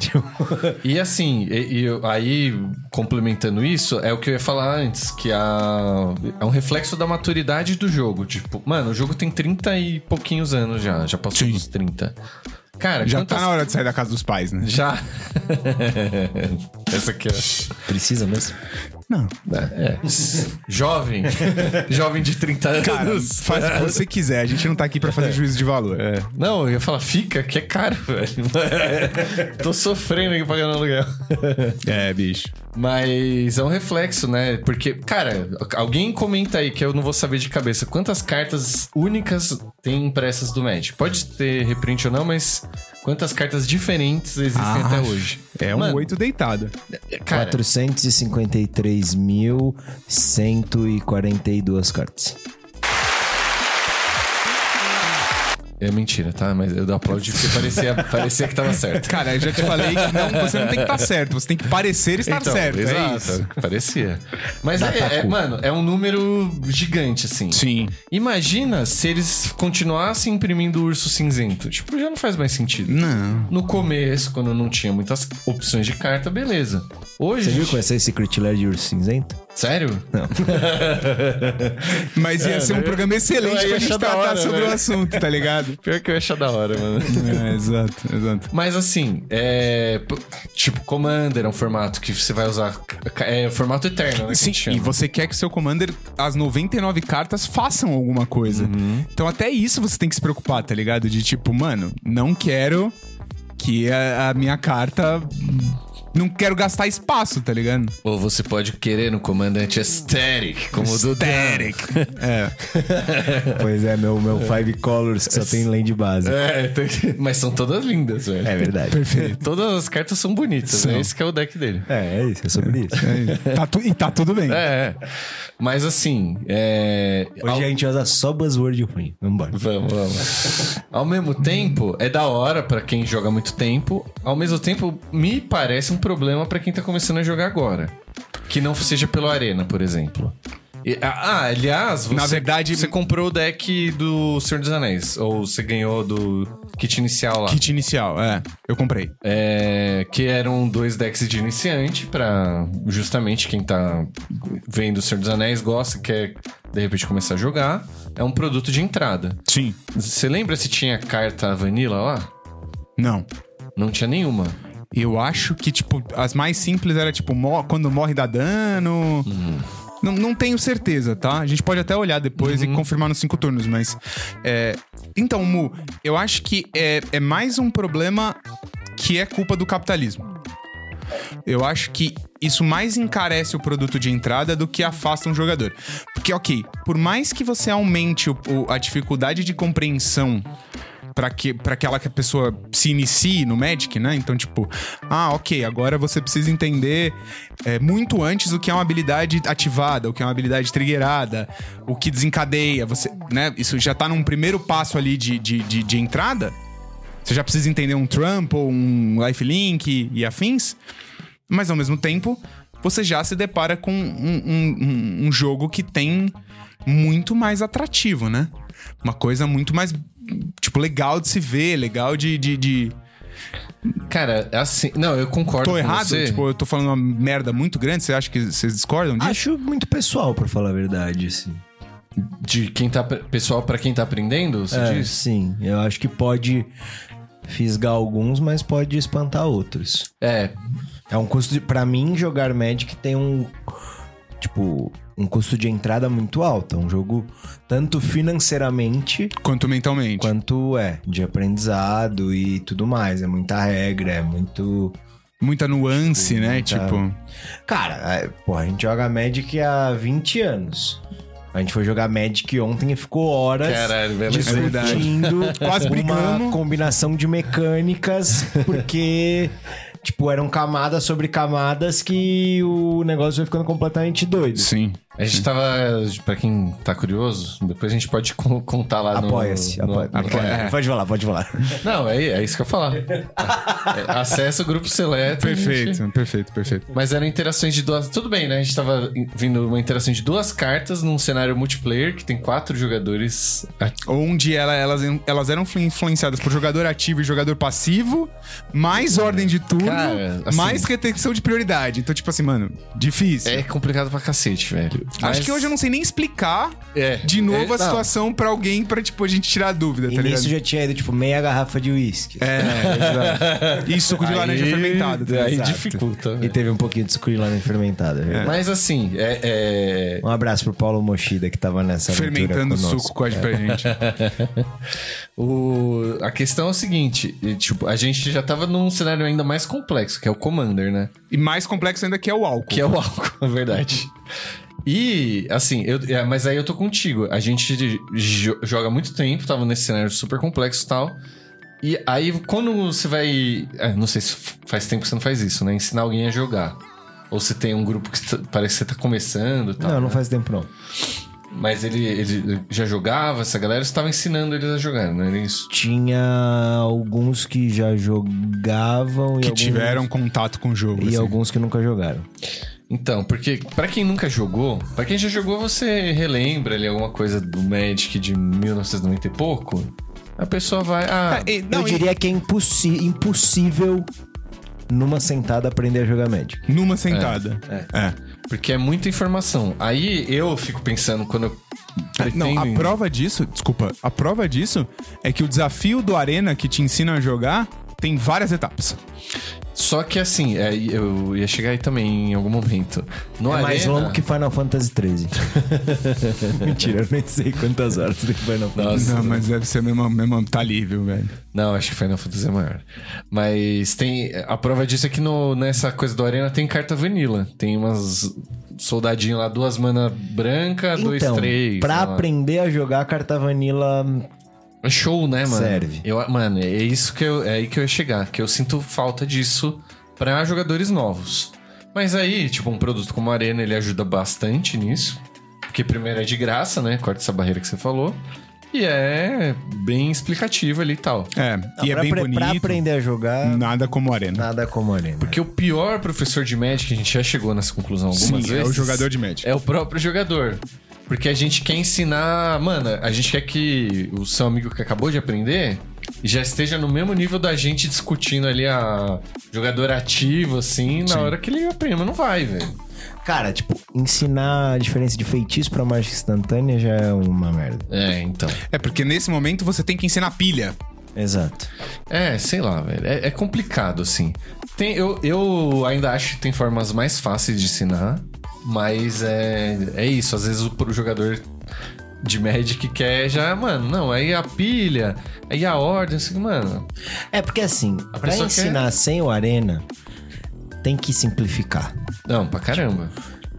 S2: e assim, e, e eu- aí, complementando isso, é o que eu ia falar antes, que a, é um reflexo da maturidade do jogo. Tipo, mano, o jogo tem 30 e pouquinhos anos já, já passou
S1: Sim.
S2: dos 30. Cara,
S1: Já
S2: quantas...
S1: tá na hora de sair da casa dos pais, né?
S2: Já. (laughs) Essa aqui, ó.
S3: Precisa mesmo.
S1: Não.
S2: É.
S1: (laughs)
S2: Jovem. Jovem de 30 anos.
S1: Cara, faz o que você quiser, a gente não tá aqui pra fazer juízo de valor.
S2: É. Não, eu ia falar, fica, que é caro, velho. (laughs) Tô sofrendo aqui pagando aluguel.
S1: É, bicho.
S2: Mas é um reflexo, né? Porque, cara, alguém comenta aí que eu não vou saber de cabeça quantas cartas únicas tem impressas do Magic. Pode ter reprint ou não, mas quantas cartas diferentes existem
S1: Ah,
S2: até hoje?
S1: É um
S2: Mano,
S1: oito deitado.
S2: Cara,
S3: 453.142 cartas.
S2: é mentira, tá? Mas eu aplaudi porque parecia,
S1: (laughs)
S2: parecia que tava certo.
S1: Cara, eu já te falei que não, você não tem que estar certo, você tem que parecer estar
S2: Então,
S1: certo.
S2: exato,
S1: É isso.
S2: Parecia. Mas, é- é, mano, é um número gigante, assim.
S1: Sim.
S2: Imagina se eles continuassem imprimindo o urso cinzento. Tipo, já não faz mais sentido.
S1: Não.
S2: No começo, quando não tinha muitas opções de carta, beleza. Hoje.
S3: Você viu é? conhecer esse Secret Lair de Urso Cinzento?
S2: Sério?
S1: Mas
S2: É,
S1: ia ser um programa excelente
S2: né? Então, eu ia
S1: pra gente
S2: achar da
S1: tratar
S2: hora, né?
S1: sobre
S2: velho.
S1: o assunto, tá ligado?
S2: (laughs) Pior que eu ia achar da hora, mano.
S1: é, exato, exato.
S2: (laughs) Mas assim, é. p- Tipo, Commander é um formato que você vai usar. c- c- É formato eterno, né? que a
S1: Sim,
S2: gente chama.
S1: e você quer que o seu commander, as 99 cartas, façam alguma coisa.
S2: Uhum.
S1: Então, até isso você tem que se preocupar, tá ligado? De tipo, mano, não quero que a, a minha carta. Não quero gastar espaço, tá ligado?
S2: Ou você pode querer no comandante Aesthetic, como o do Dan. (laughs)
S1: Derek. É.
S3: pois é, meu, meu Five Colors que só tem land base.
S2: É, tem- mas são todas lindas, velho.
S3: É verdade.
S1: Perfeito.
S2: Todas as cartas são bonitas, né? Esse que é o deck dele.
S3: É, é isso, é sobre (laughs) isso.
S1: É, tá tu- e tá tudo bem.
S2: É, é. Mas assim, é.
S3: Hoje a gente usa só buzzword ruim. Vambora.
S2: Vamos, vamos. Ao mesmo tempo, é da hora pra quem joga há muito tempo. Ao mesmo tempo, me parece um problema pra quem tá começando a jogar agora. Que não seja pelo Arena, por exemplo. E- ah, aliás, você,
S1: Na verdade-
S2: você comprou o deck do Senhor dos Anéis. Ou você ganhou do kit inicial lá.
S1: Kit inicial, é. Eu comprei.
S2: É, que eram dois decks de iniciante pra justamente quem tá vendo o Senhor dos Anéis gosta, quer de repente começar a jogar. É um produto de entrada.
S1: Sim.
S2: Você lembra se tinha carta vanilla lá?
S1: Não.
S2: Não tinha nenhuma.
S1: Eu acho que, tipo, as mais simples era, tipo, mo- quando morre dá dano. Não, não tenho certeza, tá? A gente pode até olhar depois e confirmar nos cinco turnos, mas. é, Então, Mu, eu acho que é, é mais um problema que é culpa do capitalismo. Eu acho que isso mais encarece o produto de entrada do que afasta um jogador. Porque, ok, por mais que você aumente o- o- a dificuldade de compreensão para que para aquela que a pessoa se inicie no Magic, né? Então, tipo, ah, ok, agora você precisa entender é, muito antes o que é uma habilidade ativada, o que é uma habilidade triggerada, o que desencadeia, você, né? Isso já tá num primeiro passo ali de, de, de, de entrada. Você já precisa entender um trample, um lifelink e afins. Mas ao mesmo tempo, você já se depara com um, um- um- um jogo que tem muito mais atrativo, né? Uma coisa muito mais, tipo, legal de se ver, legal de. de, de...
S2: Cara, assim. Não, eu concordo
S1: Tô
S2: com
S1: errado?
S2: você.
S1: Tipo, eu tô falando uma merda muito grande. Você acha que vocês discordam disso?
S3: Acho muito pessoal, pra falar a verdade, assim.
S2: De quem tá. Pessoal, pra quem tá aprendendo, você
S3: É,
S2: diz?
S3: sim. Eu acho que pode fisgar alguns, mas pode espantar outros.
S2: É.
S3: É um custo de... Pra mim, jogar Magic tem um... Tipo, um custo de entrada muito alto. É um jogo tanto financeiramente...
S1: Quanto mentalmente.
S3: Quanto é de aprendizado e tudo mais. É muita regra, é muito.
S1: Muita nuance, né?
S3: muita-
S1: Tipo.
S3: Cara, é, porra, a gente joga Magic há 20 anos. A gente foi jogar Magic ontem e ficou
S1: É
S3: horas.
S2: Caralho, velho.
S1: Desculpa.
S3: discutindo
S1: Quase brigamos.
S3: uma combinação de mecânicas, porque, tipo, eram camadas sobre camadas que o negócio foi ficando completamente doido.
S1: Sim.
S2: A gente tava. Pra quem tá curioso, depois a gente pode con- contar lá no.
S3: Apoia-se.
S2: no-
S3: Apoia
S1: apoia-
S3: Pode falar, pode falar.
S1: Tá
S2: Não, é, é isso que eu ia falar. É, Acessa o grupo seleto. a gente-
S1: Perfeito, perfeito, perfeito.
S2: Mas eram interações de duas. Tudo bem, né? A gente tava in- vindo uma interação de duas cartas num cenário multiplayer que tem quatro jogadores.
S1: Onde ela- elas, elas eram influ- influenciadas por jogador ativo e jogador passivo, mais ordem de turno,
S2: Cara, assim-
S1: mais retenção de prioridade. Então, tipo assim, mano, difícil.
S2: É complicado pra cacete, velho.
S1: Acho que hoje eu não sei nem explicar
S2: É.
S1: de novo
S2: É,
S1: a
S2: não.
S1: situação pra alguém pra, tipo, a gente tirar a dúvida,
S3: E
S1: tá
S3: nisso
S1: ligado?
S3: já tinha ido, tipo, meia garrafa de uísque.
S1: É, exato. E suco de laranja
S2: Aí-
S1: fermentado. tá
S2: Aí
S1: ligado?
S2: dificulta.
S3: E
S2: velho.
S3: teve um pouquinho de sucuri lá no fermentado. viu?
S2: Mas assim, é. é-
S3: Um abraço pro Paulo Mochida que tava nessa aventura
S1: Fermentando
S3: conosco.
S1: suco
S2: É.
S1: com a gente.
S2: o... A questão é o seguinte: e, tipo, a gente já tava num cenário ainda mais complexo, que é o Commander, né?
S1: E mais complexo ainda que é o álcool.
S2: Que é o álcool, (laughs) na verdade. E, assim, eu, é, mas aí eu tô contigo. A gente jo- joga há muito tempo, tava nesse cenário super complexo e tal. E aí, quando você vai. é, não sei se f- faz tempo que você não faz isso, né? Ensinar alguém a jogar. Ou você tem um grupo que tá- parece que você tá começando e tal. né?
S3: Não, não faz tempo não.
S2: Mas ele, ele já jogava, essa galera, você tava ensinando eles a jogar, não era isso?
S3: Tinha alguns que já jogavam e
S1: Que
S3: alguns-
S1: tiveram contato com o jogo.
S3: e
S1: assim.
S3: alguns que nunca jogaram.
S2: Então, porque pra quem nunca jogou, pra quem já jogou, você relembra ali alguma coisa do Magic de 1990 e pouco. A pessoa vai. Ah,
S1: É, e- não,
S3: eu
S1: e-
S3: diria que é impossi- impossível numa sentada aprender a jogar Magic.
S1: Numa sentada. é.
S2: Porque é muita informação. Aí eu fico pensando quando eu
S3: Ah,
S2: pretendo...
S1: Não, a
S2: em-
S1: prova disso, desculpa, a prova disso é que o desafio do Arena que te ensina a jogar tem várias etapas.
S2: Só que assim, é, eu ia chegar aí também em algum momento. No
S3: é
S2: Arena,
S3: mais longo que Final Fantasy XIII. (laughs) Mentira, eu nem sei quantas horas tem Final Fantasy.
S1: não, mas deve ser a mesma, mesma tá ali, viu, velho?
S2: Não, acho que Final Fantasy é maior. Mas tem... A prova disso é que no, nessa coisa do Arena tem carta vanilla. Tem umas soldadinho lá, duas mana branca, dois,
S3: Então,
S2: três.
S3: pra
S2: sei lá.
S3: aprender a jogar a carta vanilla,
S2: É show, né, mano?
S3: Serve.
S2: Eu, mano, é isso que eu, é aí que eu ia chegar, que eu sinto falta disso pra jogadores novos. Mas aí, tipo, um produto como a Arena, ele ajuda bastante nisso. Porque primeiro é de graça, né? Corta essa barreira que você falou. E é bem explicativo ali e tal.
S1: É, e é
S3: pra
S1: bem
S3: apre- Pra
S1: bonito.
S3: aprender a jogar,
S1: Nada como arena.
S3: nada como ali, né?
S2: Porque o pior professor de Magic, a gente já chegou nessa conclusão algumas
S1: Sim, é
S2: vezes.
S1: o jogador de Magic.
S2: É o próprio jogador. Porque a gente quer ensinar. Mano, a gente quer que o seu amigo que acabou de aprender já esteja no mesmo nível da gente discutindo ali a jogador ativo, assim, na hora que ele aprende. Mas não vai, velho.
S3: Cara, tipo, ensinar a diferença de feitiço pra mágica instantânea já é uma merda.
S2: É, então.
S1: É, porque nesse momento você tem que ensinar pilha.
S3: Exato.
S2: É, sei lá, velho. É, é complicado, assim. Tem, eu, eu ainda acho que tem formas mais fáceis de ensinar, mas é, é isso. Às vezes o pro jogador de Magic quer já, mano, não, aí a pilha, aí a ordem, assim, mano.
S3: É porque assim, pra
S2: pessoa quer-
S3: ensinar sem o arena, tem que simplificar.
S2: Não, pra caramba.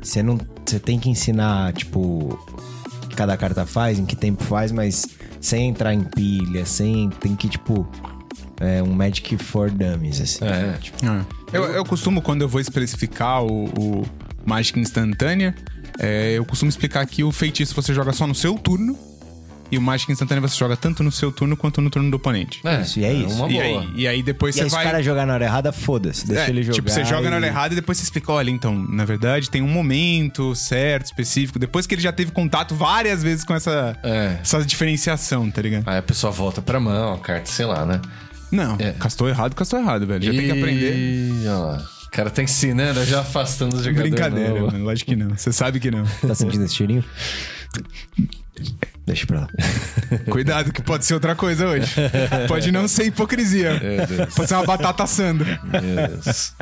S3: Você não, você tem que ensinar, tipo, o que cada carta faz, em que tempo faz, mas sem entrar em pilha, sem tem que tipo é um Magic for Dummies assim.
S2: É, tipo,
S1: Eu, eu costumo, quando eu vou especificar o, o mágica instantânea, é, eu costumo explicar que o feitiço você joga só no seu turno. E o mágica instantânea você joga tanto no seu turno quanto no turno do oponente.
S2: é,
S3: Isso, e é isso.
S2: Uma boa.
S1: e, aí, e aí depois
S3: e
S1: você
S3: aí, se
S1: vai.
S3: o cara jogar na hora errada, foda-se, deixa
S1: É,
S3: ele jogar.
S1: Tipo, você joga na hora
S3: e-
S1: errada e depois você explica, olha, então, na verdade, tem um momento certo, específico, depois que ele já teve contato várias vezes com essa,
S2: É.
S1: essa diferenciação, tá ligado?
S2: Aí a pessoa volta pra mão, a carta, sei lá, né?
S1: Não,
S2: É.
S1: castou errado, castou errado, velho. Já tem que
S2: E-
S1: aprender.
S2: Olha lá. O cara tá ensinando, já afastando os jogadores.
S1: Brincadeira,
S2: não.
S1: mano. Lógico que não. Você sabe que não.
S3: Tá sentindo esse cheirinho? Deixa pra lá.
S1: Cuidado, que pode ser outra coisa hoje. Pode não ser hipocrisia. Pode ser uma batata assando.
S2: Meu Deus.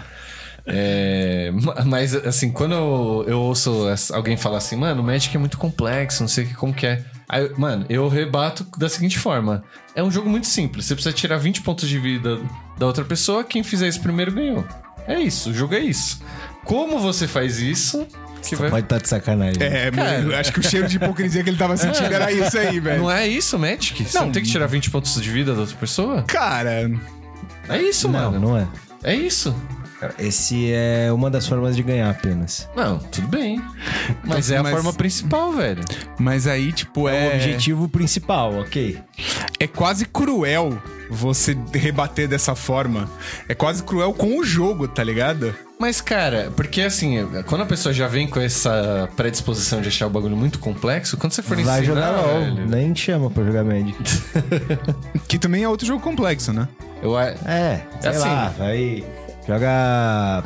S2: É, ma- mas assim, quando eu, eu ouço as- alguém falar assim, mano, o Magic é muito complexo, não sei o que, como que é. Aí, eu- mano, eu rebato da seguinte forma: é um jogo muito simples. Você precisa tirar 20 pontos de vida da outra pessoa, quem fizer isso primeiro ganhou. É isso, o jogo é isso. Como você faz isso? Que vai...
S3: Pode estar tá de sacanagem.
S1: É, mano, acho que o cheiro de hipocrisia que ele tava sentindo era isso aí, velho.
S2: Não é isso, Magic? Você não tem que tirar 20 pontos de vida da outra pessoa?
S1: Cara,
S2: É isso,
S3: não,
S2: mano.
S3: não é.
S2: É isso.
S3: Esse é uma das formas de ganhar apenas.
S2: Não, tudo bem. Mas é a
S1: Mas-
S2: forma principal, velho.
S1: mas aí, tipo,
S3: O
S1: é.
S3: objetivo principal, ok.
S1: É quase cruel você rebater dessa forma. É quase cruel com o jogo, tá ligado?
S2: Mas, cara, porque assim, quando a pessoa já vem com essa predisposição de achar o bagulho muito complexo, quando você for
S3: Vai
S2: ensinar,
S3: jogar LOL.
S2: velho,
S3: Nem te chama pra jogar Magic.
S1: Que também é outro jogo complexo, né?
S2: eu a-
S3: É, sei
S2: assim.
S3: lá, vai. Joga.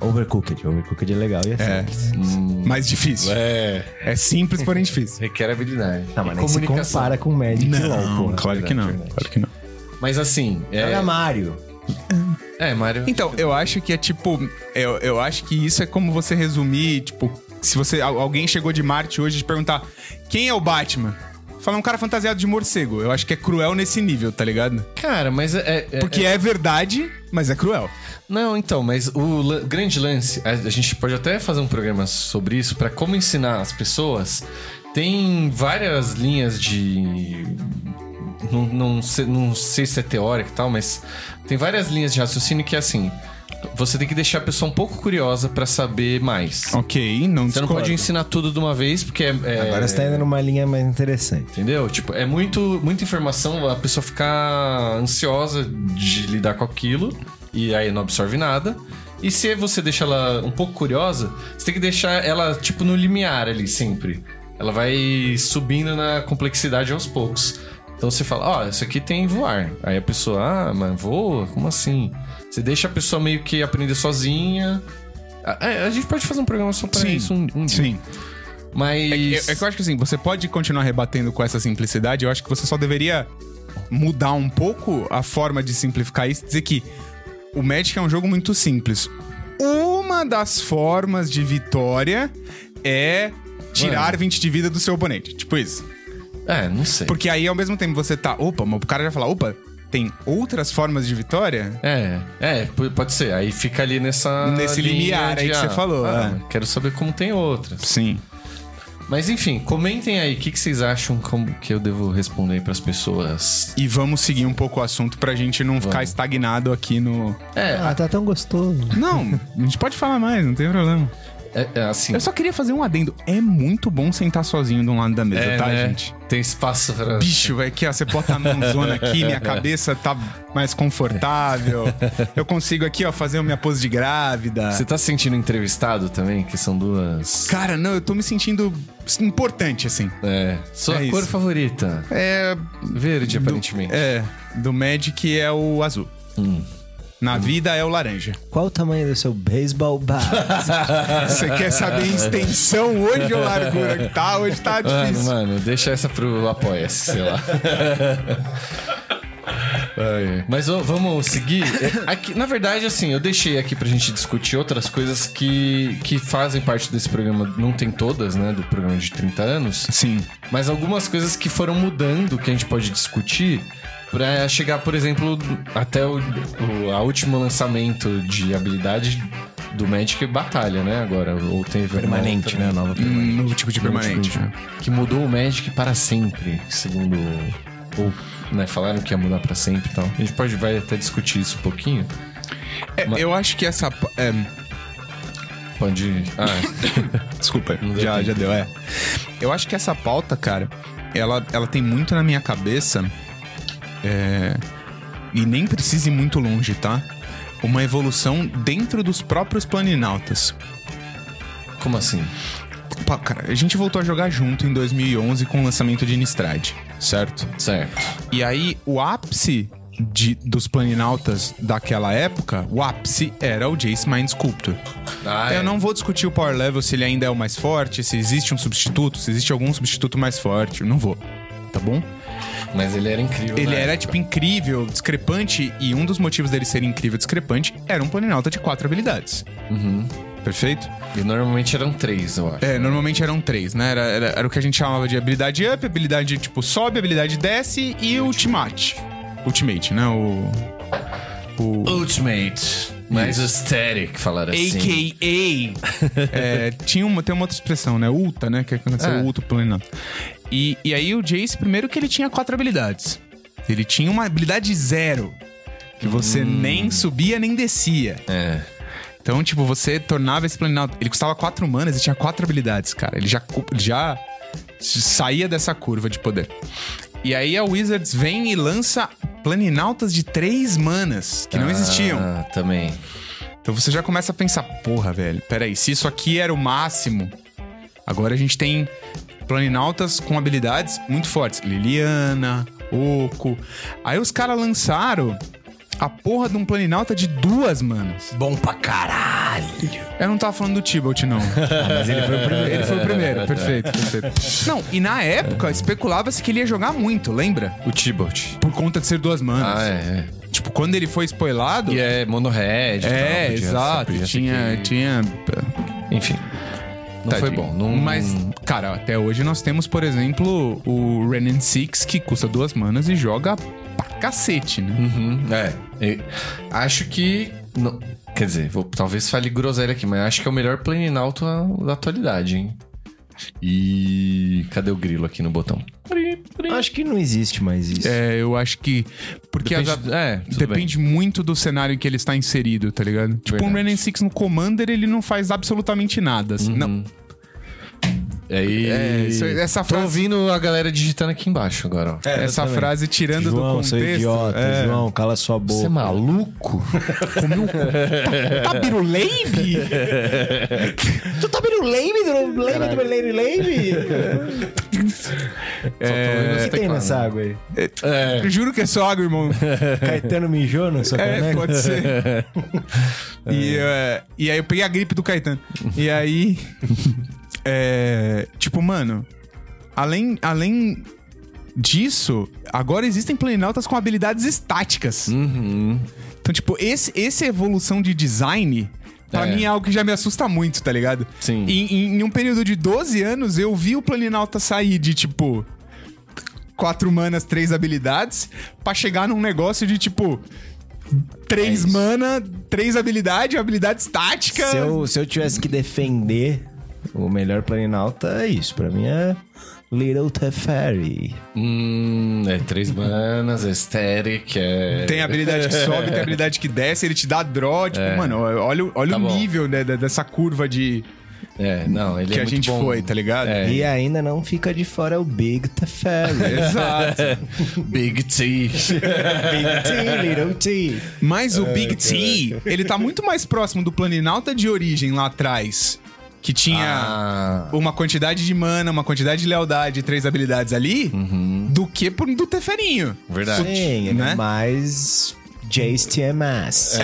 S3: Overcooked. Overcooked é legal. E assim.
S1: É. Mais difícil.
S2: é,
S1: É simples, porém
S2: (laughs)
S1: difícil.
S2: requer habilidade. É
S3: Não, Tá, mas
S2: E
S3: nem se compara com Magic e LOL, pô.
S1: claro que não. Claro que não.
S2: Mas assim, é,
S3: Joga Mario.
S2: é Mario.
S1: Então, eu acho que é tipo. Eu, eu acho que isso é como você resumir, tipo, se você. al- Alguém chegou de Marte hoje e te perguntar quem é o Batman? Falar um cara fantasiado de morcego. Eu acho que é cruel nesse nível, tá ligado?
S2: Cara, mas é. é-
S1: Porque é verdade, mas é cruel.
S2: Não, então, mas o lan- grande lance, a, a gente pode até fazer um programa sobre isso pra como ensinar as pessoas. Tem várias linhas de não, não, se- não sei se é teórico e tal, mas tem várias linhas de raciocínio que é assim, você tem que deixar a pessoa um pouco curiosa pra saber mais.
S1: Ok, não
S2: Você não
S1: discordo.
S2: pode ensinar tudo de uma vez, porque é, é-
S3: Agora você tá indo numa linha mais interessante.
S2: Entendeu? Tipo, é muito, muita informação, a pessoa ficar ansiosa de lidar com aquilo e aí não absorve nada. E se você deixa ela um pouco curiosa, você tem que deixar ela, tipo, no limiar ali sempre. Ela vai subindo na complexidade aos poucos. Então você fala, ó, isso aqui tem voar. Aí a pessoa, ah, mas voa? Como assim? Você deixa a pessoa meio que aprender sozinha. A, a- a gente pode fazer um programa só pra
S1: Sim,
S2: isso um, um dia.
S1: Sim. É, que-
S2: Mas.
S1: é que eu acho que assim, você pode continuar rebatendo com essa simplicidade, eu acho que você só deveria mudar um pouco a forma de simplificar isso, dizer que o Magic é um jogo muito simples. Uma das formas de vitória é tirar 20 de vida do seu oponente. Tipo isso.
S2: É, não sei.
S1: Porque aí ao mesmo tempo você tá, opa, mas o cara já fala, opa, tem outras formas de vitória?
S2: É, é, p- pode ser. Aí fica ali nessa.
S1: Nesse
S2: linha
S1: limiar aí
S2: de,
S1: que você falou, é.
S2: mas Quero saber como tem outras.
S1: Sim.
S2: Mas enfim, comentem aí o que, que vocês acham como que eu devo responder pras pessoas.
S1: E vamos seguir um pouco o assunto pra gente não ficar estagnado aqui no.
S2: É,
S3: Ah, tá tão gostoso.
S1: (laughs) Não, a gente pode falar mais, não tem problema.
S2: É, é assim.
S1: Eu só queria fazer um adendo. É muito bom sentar sozinho de um lado da mesa,
S2: É,
S1: tá,
S2: né?
S1: gente?
S2: Tem espaço pra.
S1: Bicho, velho, que ó, você bota a mãozona aqui, minha cabeça tá mais confortável. Eu consigo aqui, ó, fazer a minha pose de grávida.
S2: Você tá se sentindo entrevistado também? Que são duas.
S1: Cara, não, eu tô me sentindo importante, assim.
S2: É. Sua
S1: É
S2: cor
S1: isso.
S2: favorita?
S1: É.
S2: Verde,
S1: do-
S2: aparentemente.
S1: É. Do Magic é o azul. Hum. Na vida é o laranja.
S3: Qual o tamanho do seu beisebol bat?
S1: Você quer saber em extensão hoje ou largura que tá? Hoje tá
S2: Mano,
S1: difícil.
S2: mano, deixa essa pro Apoia-se,
S1: (laughs)
S2: sei lá. Ai, Mas ô, vamos
S3: (coughs)
S2: seguir. É, aqui- na verdade, assim, eu deixei aqui pra gente discutir outras coisas que, que fazem parte desse programa. Não tem todas, né? Do programa de 30 anos.
S1: Sim.
S2: Mas algumas coisas que foram mudando que a gente pode discutir pra chegar, por exemplo, até o, o a último lançamento de habilidade do Magic é Batalha, né? Agora, ou teve alguma
S3: Permanente,
S2: outra,
S3: né? Nova
S1: Hum, No tipo de permanente.
S2: Tipo, Que mudou o Magic para sempre, segundo. Ou, né, falaram que ia mudar para sempre e tal. A gente pode vai até discutir isso um pouquinho.
S1: É, eu acho que essa. pa- é,
S2: Pode. Ah, (laughs)
S1: desculpa,
S2: Não deu
S1: já,
S2: tempo.
S1: já deu, é. Eu acho que essa pauta, cara, ela, ela tem muito na minha cabeça. é, e nem precisa ir muito longe, tá? Uma evolução dentro dos próprios planinautas.
S2: como assim?
S1: Pá, cara, a gente voltou a jogar junto em 2011 com o lançamento de Nistrad, certo?
S2: Certo.
S1: E aí, o ápice de- dos planinautas daquela época, o ápice era o Jace Mind Sculptor.
S2: Ah,
S1: Eu não vou discutir o power level, se ele ainda é o mais forte, se existe um substituto, se existe algum substituto mais forte. eu Não vou. Tá bom?
S2: Mas ele era incrível.
S1: Ele
S2: né?
S1: era, tipo, incrível, discrepante, e um dos motivos dele ser incrível e discrepante era um planinauta de quatro habilidades.
S2: Uhum.
S1: Perfeito?
S2: E normalmente eram três, eu acho.
S1: É, normalmente eram três, né? Era, era, era o que a gente chamava de habilidade up, habilidade, tipo, sobe, habilidade desce e ultimate. Ultimate, né? O. O.
S2: Ultimate. Mais aesthetic, falaram assim.
S1: AKA. É, tinha uma, tem uma outra expressão, né? Ulta, né? Que é quando você
S2: É.
S1: ulta o planeta. E, e aí o Jace, primeiro que ele tinha quatro habilidades. Ele tinha uma habilidade zero. Que você nem subia nem descia.
S2: Hum. É.
S1: Então, tipo, você tornava esse planalto. Ele custava quatro manas e tinha quatro habilidades, cara. Ele já, cu- ele já saía dessa curva de poder. E aí a Wizards vem e lança planinautas de três manas, que não existiam.
S2: Ah, também.
S1: Então você já começa a pensar, porra, velho, peraí, se isso aqui era o máximo, agora a gente tem planinautas com habilidades muito fortes. Liliana, Oco. Aí os caras lançaram a porra de um planinauta de duas manas.
S3: Bom pra caralho.
S1: Eu não tava falando do Tibalt,
S2: (laughs)
S1: não.
S3: Mas ele foi o primeiro.
S1: Ele foi o primeiro, perfeito, perfeito. Não, e na época especulava-se que ele ia jogar muito, lembra?
S2: O Tibalt.
S1: Por conta de ser duas manas.
S2: Ah, é. é.
S1: Tipo, quando ele foi spoilado.
S2: E é mono-red. e tal,
S1: É,
S2: podia-
S1: exato.
S2: podia ser
S1: Tinha,
S2: que-
S1: tinha
S2: Enfim. Não foi
S1: Tadinho.
S2: bom. Não,
S1: Mas, cara, até hoje nós temos, por exemplo, o Renan Six, que custa duas manas e joga pra cacete, né?
S2: Uhum, é. E acho que. não- Quer dizer, vou, talvez fale groselha aqui, mas acho que é o melhor planinauto da- da atualidade, hein? E. Cadê o grilo aqui no botão?
S3: Acho que não existe mais isso.
S1: É, eu acho que. Porque as-
S2: Depende- é, tudo
S1: depende muito do cenário em que ele está inserido, tá ligado? Tipo, um
S2: Verdade.
S1: Renan Six no Commander, ele não faz absolutamente nada. assim.
S2: Uhum.
S1: Não,
S2: bem. Aí.
S1: É, isso- essa
S2: Tô
S1: frase- É,
S2: ouvindo a galera digitando aqui embaixo agora, ó.
S1: essa frase, tirando do
S3: É, João,
S1: contexto.
S3: seu idiota.
S1: é.
S3: João, cala sua boca.
S2: Você é maluco?
S1: Comeu.
S3: (laughs)
S1: Tá, tá biruleibe?
S3: Tu tá vendo lame do lame do lame lame? O
S2: É,
S3: que tem nessa água aí?
S2: É.
S1: Eu Juro que é só água, irmão.
S3: Caetano mijou na sua
S1: É,
S3: caneca?
S1: pode ser. e, é, e aí eu peguei a gripe do Caetano. E aí. é, tipo, mano, além, além disso, agora existem planinautas com habilidades estáticas.
S2: Uhum.
S1: Então, tipo, esse, essa evolução de design. Pra
S2: É.
S1: mim é algo que já me assusta muito, tá ligado?
S2: Sim.
S1: E, em, em um período de 12 anos, eu vi o Planinauta sair de, tipo, quatro manas, três habilidades, pra chegar num negócio de, tipo, três
S2: É isso.
S1: mana, três habilidade, habilidade estática.
S3: Se eu, se eu tivesse que defender o melhor planinauta, é isso. Pra mim é Little Teferi.
S2: Hum, é três manas, é aesthetic, é.
S1: Tem habilidade que sobe,
S2: (laughs)
S1: tem habilidade que desce, ele te dá draw. Tipo, mano, olha, o- olha
S2: É. Tá
S1: o
S2: bom.
S1: nível né, da- dessa curva de.
S2: É, não, ele
S1: que
S2: é
S1: a
S2: muito
S1: gente
S2: bom.
S1: foi, tá ligado?
S2: É.
S3: E ainda não fica de fora o
S1: (laughs)
S3: Big Teferi.
S2: (laughs)
S1: Exato.
S2: Big
S1: (laughs)
S2: T.
S1: É.
S3: Big T, Little T.
S1: Mas
S2: É,
S1: o Big T, ele tá muito mais próximo do Planinauta de origem lá atrás, que tinha
S2: Ah,
S1: uma quantidade de mana, uma quantidade de lealdade, três habilidades ali,
S2: Uhum.
S1: do que pro- do Teferinho.
S2: verdade.
S3: Sim, ele
S1: Né? É.
S3: é mais Jace TMS.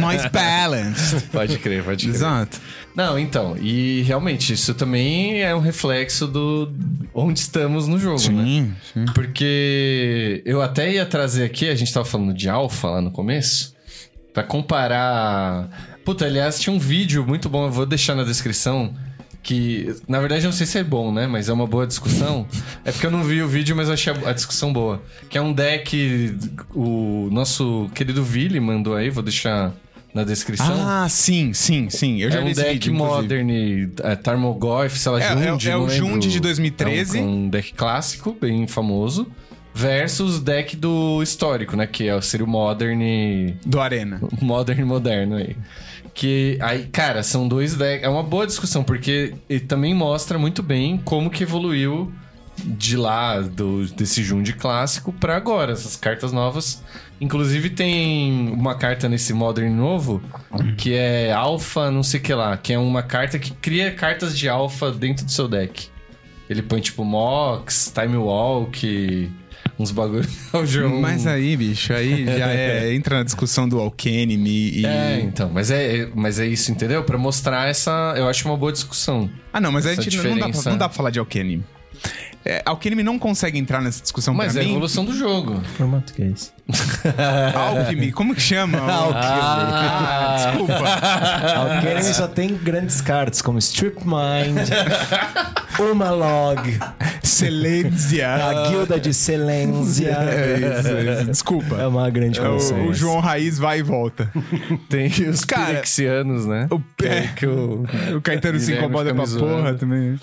S1: Mais
S2: (laughs)
S1: balanced.
S2: Pode crer, pode crer.
S1: Exato.
S2: Não, então, e realmente, isso também é um reflexo do onde estamos no jogo, né?
S1: sim.
S2: Porque eu até ia trazer aqui, a gente tava falando de alfa lá no começo, pra comparar. Puta, aliás, tinha um vídeo muito bom, eu vou deixar na descrição. Que, na verdade, eu não sei se é bom, né? Mas é uma boa discussão. é porque eu não vi o vídeo, mas eu achei a a discussão boa. Que é um deck. O nosso querido Vili mandou aí, vou deixar na descrição.
S1: Ah, sim, sim, sim. Eu já
S2: é
S1: vi
S2: um
S1: esse
S2: deck
S1: vídeo, inclusive.
S2: modern, é, Tarmogoyf, sei lá,
S1: É, é-
S2: Jund,
S1: é o
S2: não lembro.
S1: Jund de 2013.
S2: É um, um deck clássico, bem famoso, versus deck do histórico, né? Que é, seria o modern,
S1: Do Arena.
S2: (laughs) modern moderno aí. Que aí, cara, são dois decks. É uma boa discussão, porque ele também mostra muito bem como que evoluiu de lá do, desse Jund clássico pra agora, essas cartas novas. Inclusive tem uma carta nesse Modern novo que é Alpha não sei o que lá, que é uma carta que cria cartas de Alpha dentro do seu deck. Ele põe tipo Mox, Time Walk, uns bagulho. (laughs) O João-
S1: Mas é aí, bicho, aí já é, entra na discussão do Alkenemy e...
S2: É, então, mas é, é- mas é isso, entendeu? Pra mostrar essa, eu acho uma boa discussão.
S1: Ah, não, mas a
S2: Essa
S1: gente não- não dá, pra,
S2: diferença.
S1: não dá pra falar de Alkenemy. É, Alkenemy não consegue entrar nessa discussão
S2: Mas é
S1: pra
S2: a
S1: mim. (laughs)
S2: evolução do jogo.
S3: Formato que é esse?
S1: Alchemy, como que
S2: (laughs)
S1: chama? Ah, desculpa.
S3: Alchemy só tem grandes cartas como Strip
S1: (laughs)
S3: Mind, Uma Log,
S2: É
S1: Excelência.
S3: a Guilda de Selência.
S1: Ah. É isso, é isso. Desculpa.
S3: É uma grande
S1: É,
S3: coisa.
S1: o, o João Raiz vai e volta.
S2: Tem os
S1: Cara,
S2: pirexianos, né?
S1: O, é,
S2: Que o...
S1: o Caetano se
S2: Guilherme
S1: incomoda
S2: fica
S1: pra
S2: me zoando. É
S1: porra também.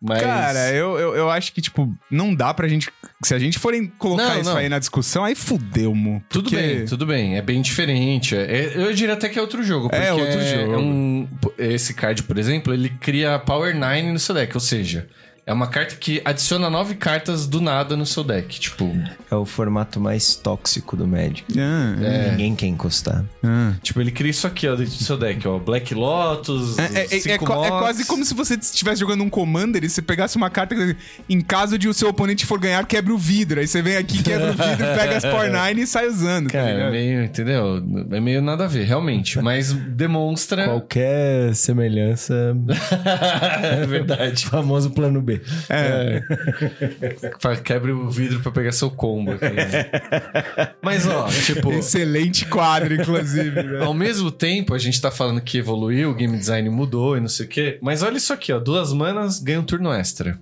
S2: Mas...
S1: Cara, eu, eu, eu acho que, tipo, não dá pra gente. Se a gente forem colocar
S2: Não,
S1: isso
S2: não.
S1: aí na discussão, aí fudeu, mo.
S2: Tudo
S1: Porque-
S2: bem, tudo bem. É bem diferente. É- é- eu diria até que é outro jogo.
S1: É
S2: porque
S1: outro jogo.
S2: é um- esse card, por exemplo, ele cria Power 9 no seu deck. Ou seja, é uma carta que adiciona nove cartas do nada no seu deck. Tipo,
S3: É o formato mais tóxico do Magic.
S1: Ah,
S3: Ninguém quer encostar.
S1: ah.
S2: tipo ele cria isso aqui ó, dentro do seu deck. ó Black Lotus,
S1: É, é- é- é
S2: cinco
S1: co- é
S2: Mox.
S1: quase como se você estivesse jogando um Commander e você pegasse uma carta que, em caso de o seu oponente for ganhar, quebra o vidro. Aí você vem aqui, quebra o (laughs) vidro, pega as Power 9 e sai usando. tá
S2: Cara, é
S1: ligado?
S2: meio, entendeu? É meio nada a ver, realmente. Mas demonstra. (laughs)
S3: Qualquer semelhança,
S2: é verdade.
S3: famoso plano B.
S1: É,
S2: Fa- Quebre o vidro pra pegar seu combo. aqui, né? Mas, ó, tipo.
S1: Excelente quadro, inclusive. (laughs) né?
S2: Ao mesmo tempo, a gente tá falando que evoluiu, o game design mudou e não sei o quê. Mas olha isso aqui, ó. Duas manas ganha um turno extra.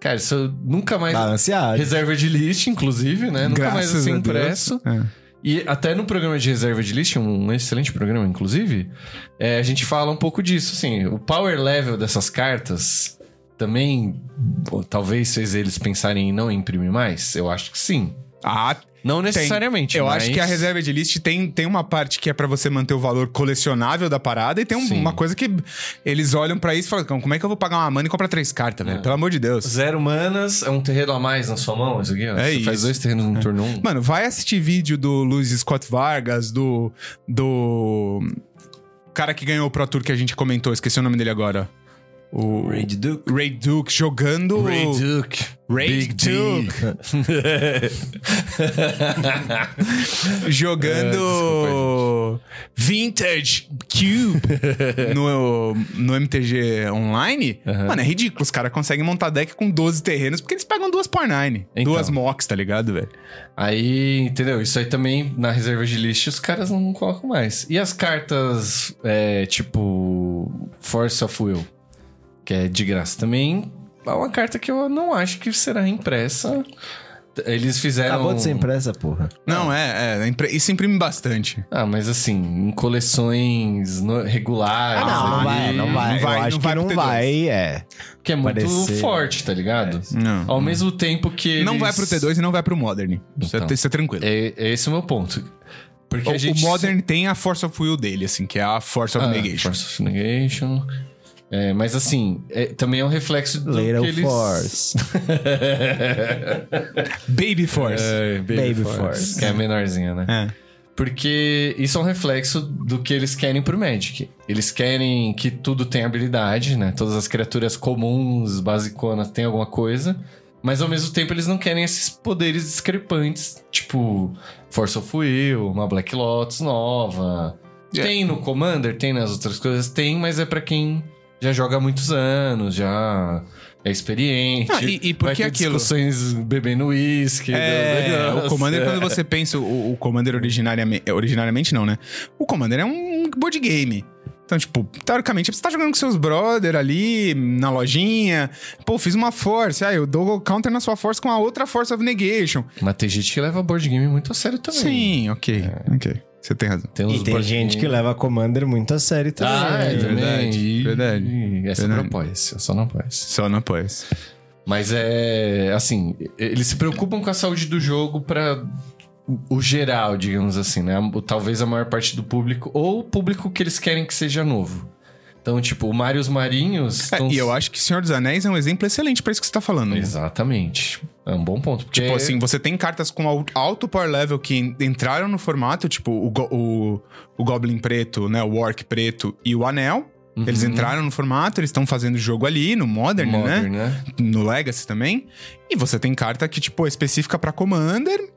S2: Cara, isso eu nunca mais.
S3: Ah, Balanceado.
S2: Reserva de list, inclusive, né? Nunca mais
S1: Graças
S2: assim
S1: a Deus.
S2: impresso.
S1: É.
S2: E até no programa de reserva de list, um excelente programa, inclusive, é, a gente fala um pouco disso, assim. O power level dessas cartas também pô, talvez fez eles pensarem em não imprimir mais? Eu acho que sim.
S1: Ah,
S2: Não necessariamente.
S1: eu
S2: mas-
S1: acho que a reserva de list tem, tem uma parte que é pra você manter o valor colecionável da parada e tem um-
S2: Sim.
S1: uma coisa que eles olham pra isso e falam: como é que eu vou pagar uma mana e comprar três cartas, velho? Pelo amor de Deus.
S2: Zero manas é um terreno a mais na sua mão, isso aqui, ó.
S1: É
S2: Você faz
S1: isso.
S2: dois terrenos no turno um.
S1: Mano, vai assistir vídeo do Luiz Scott Vargas, do. do. cara que ganhou o Pro Tour que a gente comentou, esqueci o nome dele agora. O.
S3: Raid Duke.
S1: Ray Duke jogando.
S2: Duke.
S1: (laughs) Ray
S2: Big
S1: Duke.
S2: É,
S1: jogando. Vintage Cube no, no MTG Online. Mano, é ridículo. Os caras conseguem montar deck com 12 terrenos porque eles pegam duas Power 9.
S2: Então.
S1: Duas Mox, tá ligado, velho?
S2: Aí, entendeu? Isso aí também, na reserva de lixo, os caras não colocam mais. E as cartas, é, tipo, Force of Will, que é de graça também, é uma carta que eu não acho que será impressa. Eles fizeram...
S3: Acabou de
S1: um-
S3: ser impressa, porra.
S1: Não, é, é, impre- Isso imprime bastante.
S2: Ah, mas assim, em coleções no- regulares. ali,
S3: Ah,
S1: Ah, vai.
S3: Eu
S1: não
S3: acho
S1: vai
S3: que não
S1: pro T2.
S3: vai, é.
S2: Que é muito
S3: Parecer-
S2: forte, tá ligado?
S3: É.
S1: Não.
S2: Ao mesmo tempo que.
S1: Não
S2: eles-
S1: vai pro T2 e não vai pro Modern. Isso, é,
S2: Então.
S1: isso é tranquilo.
S2: É, é esse o meu ponto.
S1: Porque
S2: O-
S1: o,
S2: o
S1: Modern
S2: Modern
S1: tem a Force of Will dele, assim, que é a Force of
S2: Ah,
S1: Negation.
S2: Force of Negation. É, mas assim, é- também é um reflexo
S1: Então
S2: do que
S3: Little
S2: eles...
S3: Force.
S1: Baby Force.
S2: É, Baby,
S3: Baby
S2: Force, (laughs)
S3: Force.
S2: Que é a menorzinha, né?
S1: É.
S2: Porque isso é um reflexo do que eles querem pro Magic. Eles querem que tudo tenha habilidade, né? Todas as criaturas comuns, basiconas, têm alguma coisa. Mas ao mesmo tempo eles não querem esses poderes discrepantes, tipo Force of Will, uma Black Lotus nova.
S1: É.
S2: Tem no Commander, tem nas outras coisas, tem, mas é pra quem já joga há muitos anos, já é experiente.
S1: Ah, e- e por
S2: vai
S1: que
S2: ter
S1: aquilo?
S2: discussões bebendo uísque.
S1: É,
S2: do
S1: o
S2: negócio.
S1: Commander, quando você pensa, o, o Commander originariamente, originariamente não, né? O Commander é um board game. Então, tipo, teoricamente, você tá jogando com seus brother ali, na lojinha. Pô, fiz uma force. Ah, eu dou counter na sua force com a outra Force of Negation.
S2: Mas tem gente que leva board game muito a sério também. É.
S1: Sim, ok, ok. Você tem razão.
S2: Tem uns
S3: E tem
S2: board
S3: gente
S2: game-
S3: que leva Commander muito a sério também.
S2: Ah,
S3: né?
S2: é, também.
S1: verdade,
S2: E-
S1: verdade,
S2: e essa é
S1: verdade.
S2: não apoia, só não apoia.
S1: Só não apoias.
S2: Mas é. Assim, eles se preocupam com a saúde do jogo pra o geral, digamos assim, né? O- Talvez a maior parte do público, ou o público que eles querem que seja novo. Então, tipo, o Mário e os Marinhos.
S1: É,
S2: tão-
S1: e eu acho que Senhor dos Anéis é um exemplo excelente pra isso que você tá falando.
S2: Exatamente. É um bom ponto. Porque...
S1: Tipo assim, você tem cartas com al- alto power level que en- entraram no formato, tipo o, go- o, o Goblin Preto, né? O Orc Preto e o Anel.
S2: Uhum.
S1: Eles entraram no formato, eles estão fazendo jogo ali, no Modern, né?
S2: Modern, né?
S1: No Legacy também. E você tem carta que, tipo, é específica pra Commander.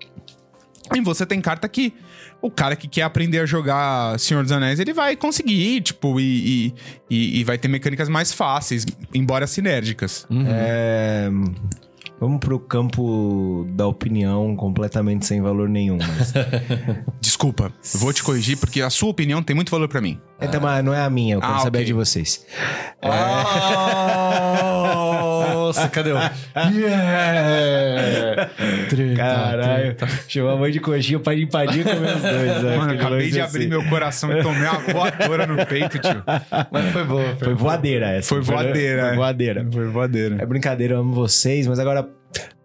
S1: E você tem carta que o cara que quer aprender a jogar Senhor dos Anéis, ele vai conseguir, tipo, e, e, e- e vai ter mecânicas mais fáceis, embora sinérgicas.
S2: Uhum.
S3: É, Vamos pro campo da opinião completamente sem valor
S1: (laughs)
S3: nenhum. mas-
S1: Desculpa, eu vou te corrigir, porque a sua opinião tem muito valor pra mim.
S3: Então, mas não é a minha, eu quero
S1: Ah,
S3: saber
S1: ok.
S3: de vocês.
S2: Nossa, cadê o. Yeah!
S1: Então,
S2: Treta,
S3: Caralho,
S2: treta.
S3: chamou a mãe de coxinha, o pai de empadinha comeu os dois. né?
S1: tá. Mano,
S3: Aquele
S1: acabei
S3: lance
S1: de
S3: assim.
S1: abrir meu coração e tomei uma voadora no peito, tio.
S2: Mas foi boa.
S3: Foi voadeira essa.
S1: Foi voadeira,
S3: Foi
S1: é. (laughs)
S3: voadeira.
S1: Foi voadeira.
S3: É brincadeira, eu amo vocês, mas agora,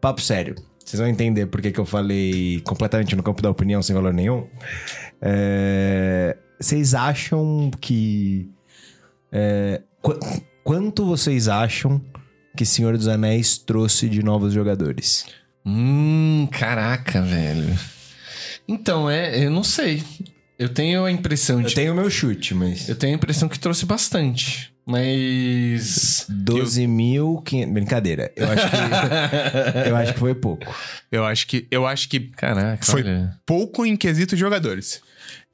S3: papo sério. Vocês vão entender por que, que eu falei completamente no campo da opinião, sem valor nenhum. É, Vocês acham que. é, qu- Quanto vocês acham que Senhor dos Anéis trouxe de novos jogadores?
S2: Hum, caraca, velho. Então, é, eu não sei. Eu tenho a impressão
S3: Eu
S2: de.
S3: tenho o meu chute, mas.
S2: Eu tenho a impressão que trouxe bastante.
S3: (laughs)
S2: Mas.
S3: 12.500. Brincadeira. Eu acho, (laughs) que, eu acho que foi pouco.
S1: Eu acho que, eu acho que
S2: Caraca,
S1: Foi-
S2: olha.
S1: pouco em quesito de jogadores.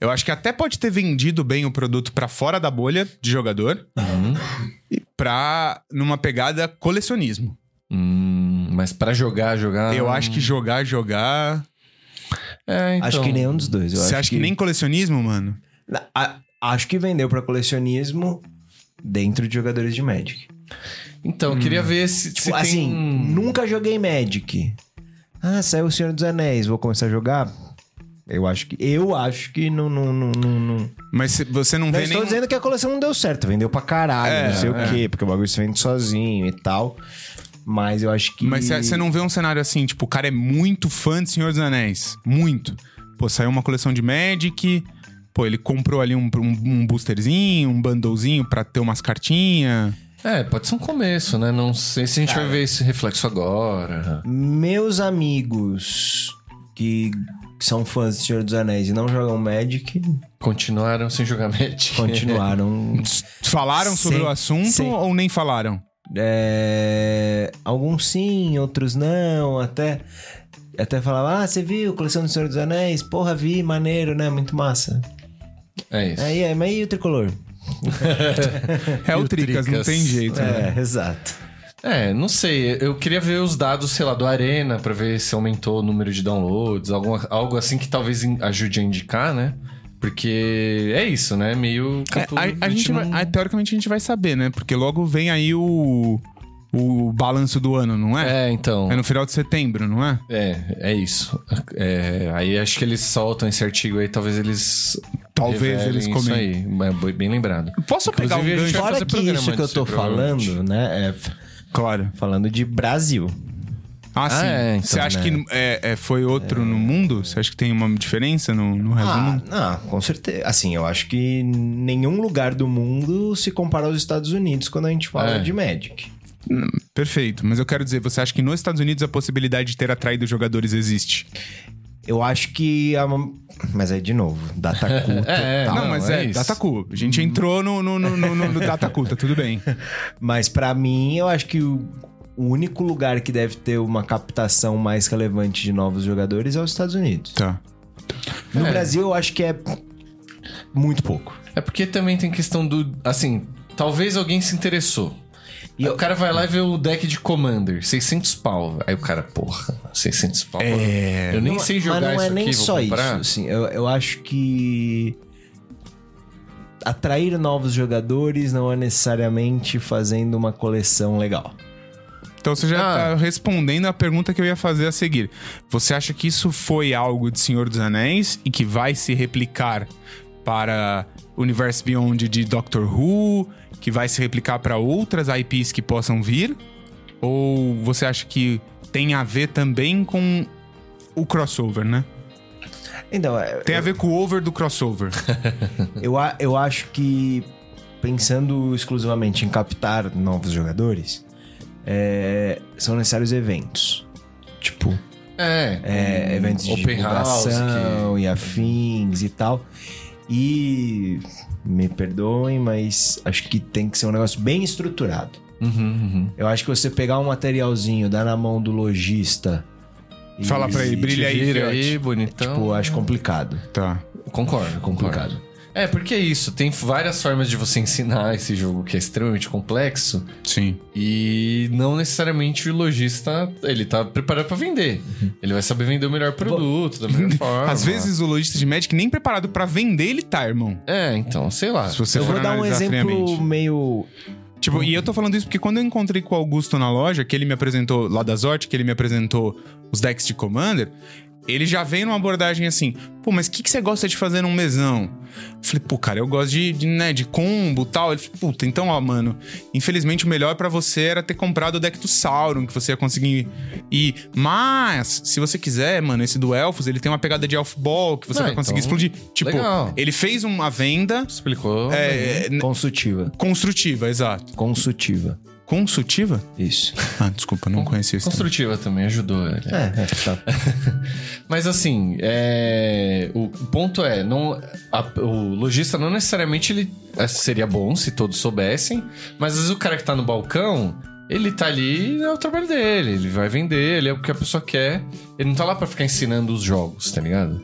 S1: Eu acho que até pode ter vendido bem o produto pra fora da bolha de jogador,
S2: Uhum.
S1: pra numa pegada colecionismo.
S2: Hum, mas pra jogar, jogar.
S3: Ah.
S1: Eu acho que jogar, jogar.
S2: É, então.
S3: Acho que nenhum dos dois. eu
S1: Você
S3: acho
S1: acha que... nem colecionismo, mano?
S3: Na- a- acho que vendeu pra colecionismo dentro de jogadores de Magic.
S2: Então, eu queria ver se.
S3: Tipo,
S2: se tem- um
S3: assim, nunca joguei Magic. Ah, saiu o Senhor dos Anéis, vou começar a jogar? Eu acho que. Eu acho que não. Não, não, não, não.
S1: Mas cê- você não,
S3: não
S1: vê
S3: estou
S1: nem.
S3: dizendo que a coleção não deu certo, vendeu pra caralho,
S1: É,
S3: não sei
S2: é.
S3: o quê, porque o bagulho se vende sozinho e tal. Mas eu acho que.
S1: Mas você não vê um cenário assim, tipo, o cara é muito fã de Senhor dos Anéis. Muito. Pô, saiu uma coleção de Magic. Pô, ele comprou ali um, um, um boosterzinho, um bundlezinho pra ter umas cartinhas.
S2: É, pode ser um começo, né? Não sei se a gente vai ver esse reflexo agora.
S3: Meus amigos que são fãs de Senhor dos Anéis e não jogam Magic
S2: Continuaram sem jogar Magic.
S3: continuaram
S1: Falaram sobre
S3: Sim,
S1: o assunto
S3: sim.
S1: ou nem falaram?
S3: É, alguns sim, outros não, até até falava, ah, você viu coleção do Senhor dos Anéis? Porra, vi, maneiro, né? Muito massa.
S2: (laughs) É isso.
S3: Aí, é, mas e o tricolor?
S1: É
S2: E
S1: o
S2: o
S1: Tricas, não
S2: Tricas?
S1: tem jeito. né?
S3: É, exato.
S2: É, não sei. Eu queria ver os dados, sei lá, do Arena pra ver se aumentou o número de downloads, alguma, algo assim que talvez in- ajude a indicar, né? Porque é isso, né? Meio.
S1: É,
S2: campo-
S1: a, a gente
S2: não-
S1: vai- ah, teoricamente a gente vai saber, né? Porque logo vem aí o, o balanço do ano, não é?
S2: É, então.
S1: É no final de setembro, não é?
S2: É, é isso. É, aí acho que eles soltam esse artigo aí, talvez eles.
S1: Talvez
S2: revelem
S1: eles
S2: isso
S1: comentem.
S2: aí. Mas bem- Bem lembrado.
S1: Posso pegar um
S2: Inclusive, a gente
S1: gancho?
S2: vai fazer
S3: Fora que
S2: programa
S3: isso que eu
S2: disso,
S3: tô
S2: provavelmente.
S3: falando, né? É, f-
S1: Claro.
S3: falando de Brasil.
S1: Ah, sim.
S2: é, então,
S1: Você acha
S2: né?
S1: que é, é, foi outro no mundo? Você acha que tem uma diferença no, no resto do
S3: Ah,
S1: mundo?
S3: não, com certeza. Assim, eu acho que nenhum lugar do mundo se compara aos Estados Unidos quando a gente fala
S2: É.
S3: de Magic.
S1: Perfeito. Mas eu quero dizer, você acha que nos Estados Unidos a possibilidade de ter atraído jogadores existe?
S3: Eu acho que. a ma- Mas aí, de novo, data
S2: (laughs)
S3: cu
S2: É, é,
S3: total.
S1: não, mas
S2: é
S1: é,
S2: isso.
S1: Dataku. A gente entrou no, no, no, no, no- no Dataku, tá tudo bem.
S3: Mas pra mim, eu acho que o o único lugar que deve ter uma captação mais relevante de novos jogadores é os Estados Unidos.
S1: Tá.
S3: No
S2: É.
S3: Brasil, eu acho que é muito pouco.
S2: É porque também tem questão do. Assim, talvez alguém se interessou. E o cara vai lá e vê o deck de Commander, 600 pau. Aí o cara, porra, 600 pau.
S1: É.
S2: eu nem
S3: Não-
S2: sei jogar
S3: Mas não
S2: isso
S3: é nem
S2: aqui, vou
S3: só
S2: comprar.
S3: isso. Assim, eu, eu acho que atrair novos jogadores não é necessariamente fazendo uma coleção legal.
S1: Então você já
S2: Ah.
S1: tá respondendo a pergunta que eu ia fazer a seguir. Você acha que isso foi algo de Senhor dos Anéis e que vai se replicar para o Universo Beyond de Doctor Who, que vai se replicar para outras IPs que possam vir? Ou você acha que tem a ver também com o crossover, né?
S3: Então, é-
S1: Tem a ver com o over do
S3: (laughs)
S1: crossover.
S3: Eu, a- eu acho que, pensando exclusivamente em captar novos jogadores, é, são necessários eventos. Tipo,
S2: É,
S3: é,
S1: Hum,
S2: um
S3: eventos de
S2: open house.
S3: divulgação e afins e tal. E me perdoem, mas acho que tem que ser um negócio bem estruturado.
S2: que- Uhum, uhum.
S3: Eu acho que você pegar um materialzinho, dar na mão do lojista. e-
S1: Fala pra ele,
S3: e,
S1: brilha aí,
S2: Vira
S1: fiote.
S2: aí, bonitão.
S1: Então,
S3: Tipo, acho complicado.
S1: Tá.
S2: Concordo,
S3: Complicado.
S2: concordo. É, porque é isso. Tem várias formas de você ensinar esse jogo que é extremamente complexo.
S1: Sim.
S2: E não necessariamente o lojista, ele tá preparado pra vender. Ele vai saber vender o melhor produto, da melhor forma.
S1: Uhum. (laughs) Às vezes o lojista de Magic nem preparado pra vender ele tá, irmão.
S2: É, então, sei lá.
S1: Se você
S3: eu
S1: for
S3: vou dar um
S1: analisar
S3: exemplo
S1: friamente.
S3: meio
S1: Tipo, e eu tô falando isso porque quando eu encontrei com o Augusto na loja, que ele me apresentou, lá da Zort, que ele me apresentou os decks de Commander, ele já veio numa abordagem assim, pô, mas o que, que você gosta de fazer num mesão? Eu Falei, pô, cara, eu gosto de, de, né, de combo e tal. Ele falou, puta, então, ó, mano, infelizmente o melhor pra você era ter comprado o deck do Sauron, que você ia conseguir ir. Mas, se você quiser, mano, esse do Elfos, ele tem uma pegada de Elf Ball, que você
S2: Ah,
S1: vai conseguir
S2: então,
S1: explodir. Tipo,
S2: legal. Uhum.
S1: ele fez uma venda
S2: Explicou.
S1: é, é,
S3: consultiva.
S1: construtiva, exato.
S3: Consultiva.
S1: Consultiva?
S3: Isso.
S1: Ah, desculpa, não conhecia isso.
S2: Construtiva também, ajudou. né? ele.
S3: É, é,
S1: (laughs)
S3: tá.
S2: Mas assim, é, o ponto é, não, a- o lojista não necessariamente ele é, seria bom se todos soubessem, mas às vezes o cara que tá no balcão, ele tá ali, é o trabalho dele, ele vai vender, ele é o que a pessoa quer. Ele não tá lá pra ficar ensinando os jogos, tá ligado?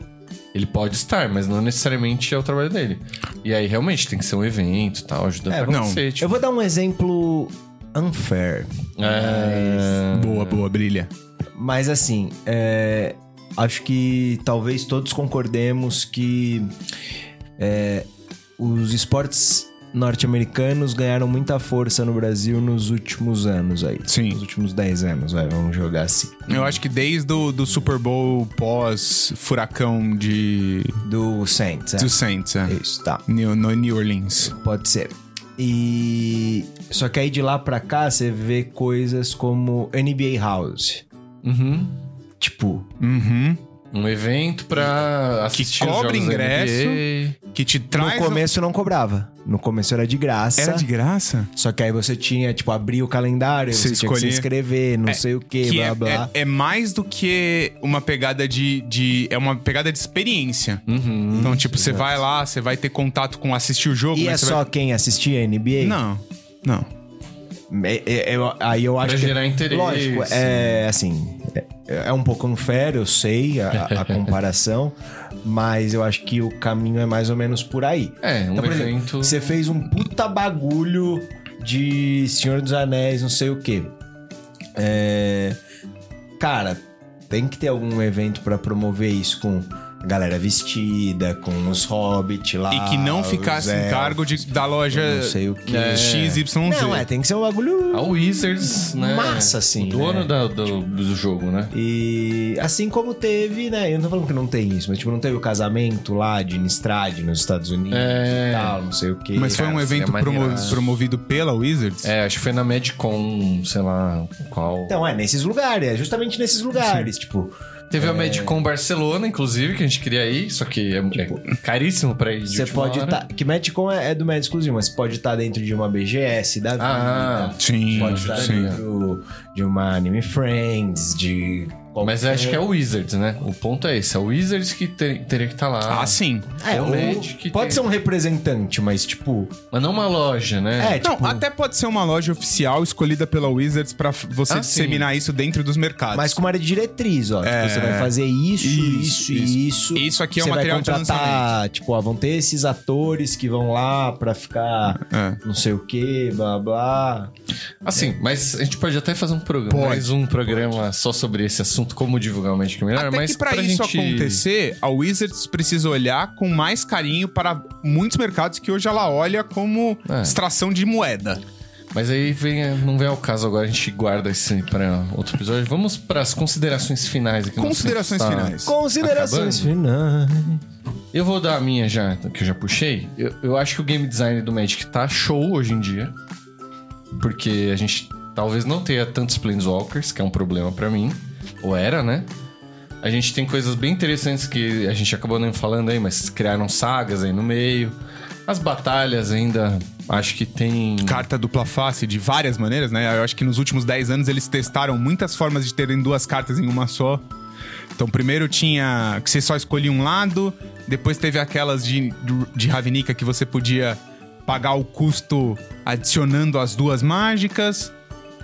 S2: Ele pode estar, mas não necessariamente é o trabalho dele. E aí realmente tem que ser um evento e tal, ajuda
S3: É,
S2: pra
S1: não.
S2: cacete.
S3: Eu vou dar um exemplo unfair.
S2: É,
S1: Boa, boa, brilha.
S3: Mas assim, é, acho que talvez todos concordemos que é, os esportes norte-americanos ganharam muita força no Brasil nos últimos anos aí.
S1: Sim.
S3: Nos últimos 10 anos, vai, vamos jogar assim.
S1: Eu acho que desde o do Super Bowl pós-furacão de
S3: Do Saints, é?
S1: do Saints, é.
S3: Isso, tá.
S1: New, no New Orleans.
S3: Pode ser. E... Só que aí de lá pra cá, você vê coisas como NBA House.
S2: uhum.
S3: Tipo,
S1: Uhum.
S2: Um evento pra assistir os
S1: cobra
S2: jogos da
S1: ingresso.
S2: NBA.
S1: Que te
S3: No
S1: traz. o-
S3: começo não cobrava. No começo era de graça.
S1: Era de graça?
S3: Só que aí você tinha, tipo, abrir o calendário,
S1: Você
S3: você, tinha que se
S1: escolhia.
S3: inscrever, não
S1: É,
S3: sei o quê,
S1: que
S3: blá
S1: é,
S3: blá.
S1: é- é mais do que uma pegada de, de. É uma pegada de experiência.
S2: Uhum.
S1: Então, tipo, você vai lá, você vai ter contato com assistir o jogo,
S3: Hum, é. E é
S1: mas você
S3: só quem assistia a NBA?
S1: vai. Não, não.
S3: É- é- eu- aí eu acho
S2: Pra
S3: que.
S2: gerar interesse.
S3: Lógico, é assim. É, é um pouco unfair, eu sei, a,
S1: (laughs)
S3: a comparação, mas eu acho que o caminho é mais ou menos por aí.
S2: É, um
S3: Então, por exemplo,
S2: evento.
S3: Você fez um puta bagulho de Senhor dos Anéis, não sei o quê. É... Cara, tem que ter algum evento pra promover isso com A galera vestida, com os hobbits lá.
S1: E que não
S3: os
S1: ficasse em
S3: elfos.
S1: cargo de, da loja
S3: não sei o quê.
S1: é, XYZ.
S3: Não, é, tem que ser um bagulho
S2: A Wizards, né?
S3: massa, assim.
S2: o dono
S3: né?
S2: da- do, do jogo, né?
S3: E assim como teve, né? Eu não tô falando que não tem isso, mas tipo, não teve o casamento lá de Nistrade nos Estados Unidos
S2: É.
S3: e tal, não sei o quê.
S1: Mas foi
S2: Cara,
S1: um
S2: seria
S1: evento promo-
S2: maneiraço.
S1: promovido pela Wizards?
S2: É, acho que foi na Medcon, sei lá qual.
S3: Então, é nesses lugares, é justamente nesses lugares, tipo.
S1: É.
S2: Teve a Medcon Barcelona, inclusive, que a gente queria ir, só que é,
S1: Tipo,
S2: é caríssimo pra ir. de
S3: Você
S2: última
S3: pode
S2: hora.
S1: tá-
S3: estar. Que Medcon é, é do Med exclusivo, mas você pode estar dentro de uma BGS da vida.
S2: Ah,
S1: Sim,
S3: pode estar
S1: sim.
S3: dentro de uma Anime Friends, de.
S2: Mas eu acho que é o Wizards, né? O ponto é esse. É o Wizards que ter- teria que estar lá.
S1: Ah, sim.
S3: É,
S2: o
S3: ou-
S2: Magic
S3: Pode
S2: tem-
S3: ser um representante, mas tipo.
S2: Mas não uma loja, né?
S3: É,
S1: não,
S3: tipo-
S1: até pode ser uma loja oficial escolhida pela Wizards pra f- você
S2: Ah, sim.
S1: disseminar isso dentro dos
S2: Ah,
S1: mercados.
S3: Mas com uma área de diretriz, ó. Tipo,
S2: É.
S3: você vai fazer isso,
S1: Isso,
S3: isso e isso.
S1: Isso aqui é o
S2: um
S3: você vai
S1: material de lançamento.
S3: contratar, tipo, ó, vão ter esses atores que vão lá pra ficar
S1: É.
S3: não sei o que, blá blá.
S2: Assim, mas a gente pode até fazer um programa,
S1: Pode,
S2: mais um programa só sobre esse assunto, como divulgar o Magic melhor,
S1: Até
S2: mas
S1: que pra, isso
S2: gente...
S1: acontecer, a Wizards precisa olhar com mais carinho para muitos mercados que hoje ela olha como
S2: É.
S1: extração de moeda.
S2: Mas aí vem, não vem ao caso agora, a gente guarda esse pra outro episódio. Vamos pras considerações finais aqui. nosso
S1: Considerações
S2: tempo está-
S1: finais.
S3: Considerações finais.
S2: Eu vou dar a minha já, que eu já puxei. Eu, eu acho que o game design do Magic tá show hoje em dia. Porque a gente talvez não tenha tantos Planeswalkers, que é um problema pra mim. Ou era, né? A gente tem coisas bem interessantes que a gente acabou nem falando aí, mas criaram sagas aí no meio. As batalhas ainda, acho que tem...
S1: Carta dupla face de várias maneiras, né? Eu acho que nos últimos 10 anos eles testaram muitas formas de terem duas cartas em uma só. Então, primeiro tinha que você só escolhia um lado, depois teve aquelas de, de Ravnica que você podia pagar o custo adicionando as duas mágicas.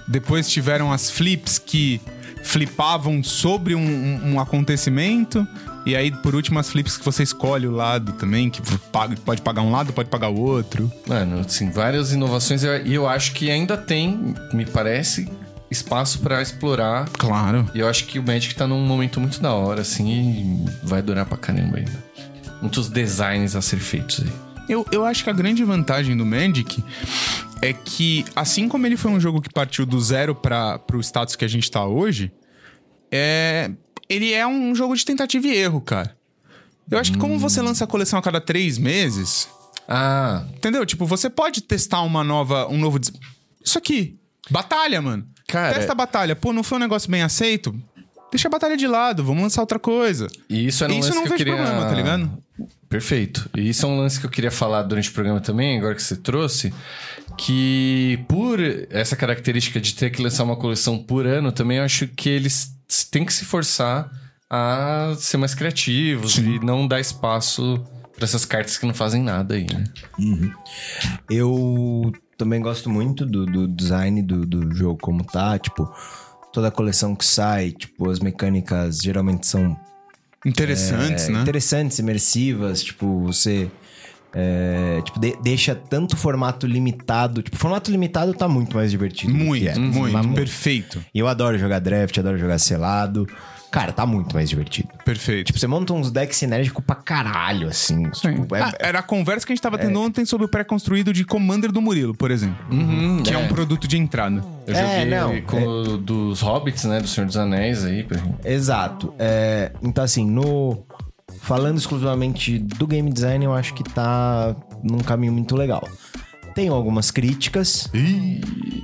S1: Depois tiveram as flips que flipavam sobre um, um- um acontecimento. E aí, por último, as flips que você escolhe o lado também, que paga- pode pagar um lado, pode pagar o outro.
S2: Mano, assim, várias inovações. E eu, e eu acho que ainda tem, me parece, espaço pra explorar
S1: Claro.
S2: E eu acho que o Magic tá num momento muito da hora, assim, e vai durar pra caramba ainda. Muitos designs a ser feitos aí.
S1: Eu, eu acho que a grande vantagem do Magic é que, assim como ele foi um jogo que partiu do zero para o status que a gente tá hoje, é, ele é um jogo de tentativa e erro, cara. Eu acho que como
S2: Hum.
S1: você lança a coleção a cada três meses,
S2: Ah,
S1: entendeu? Tipo, você pode testar uma nova, um novo... des- Isso aqui, batalha, mano.
S2: Cara,
S1: Testa a batalha. Pô, não foi um negócio bem aceito? Deixa a batalha de lado, vamos lançar outra coisa.
S2: e isso era um
S1: Isso
S2: lance
S1: não
S2: que eu
S1: vejo
S2: queria...
S1: problema, tá ligado?
S2: Perfeito. E isso é um lance que eu queria falar durante o programa também, agora que você trouxe, que por essa característica de ter que lançar uma coleção por ano também, eu acho que eles têm que se forçar a ser mais criativos e não dar espaço pra essas cartas que não fazem nada aí, né?
S3: Eu também gosto muito do, do design do, do jogo como tá, tipo, toda a coleção que sai, tipo, as mecânicas geralmente são
S2: É,
S1: Interessantes, né?
S3: interessantes, imersivas, tipo, você. é, tipo, de- deixa tanto formato limitado. Tipo, formato limitado tá muito mais divertido. do que
S1: Muito,
S3: é. Mas
S1: muito. Perfeito,
S3: E eu adoro jogar draft, adoro jogar selado. Cara, tá muito mais divertido.
S1: perfeito.
S3: Tipo, você monta uns decks sinérgicos pra caralho, assim. Tipo, é-
S1: Ah, era a conversa que a gente tava tendo ontem sobre o pré-construído de Commander do Murilo, por exemplo. que é. Uhum. um produto de entrada.
S2: Eu
S3: É,
S2: joguei
S3: não,
S2: com o dos Hobbits, né? Do Senhor dos Anéis aí. pra-
S3: Exato. É, então, assim, no. Falando exclusivamente do game design, eu acho que tá num caminho muito legal. Tem algumas críticas.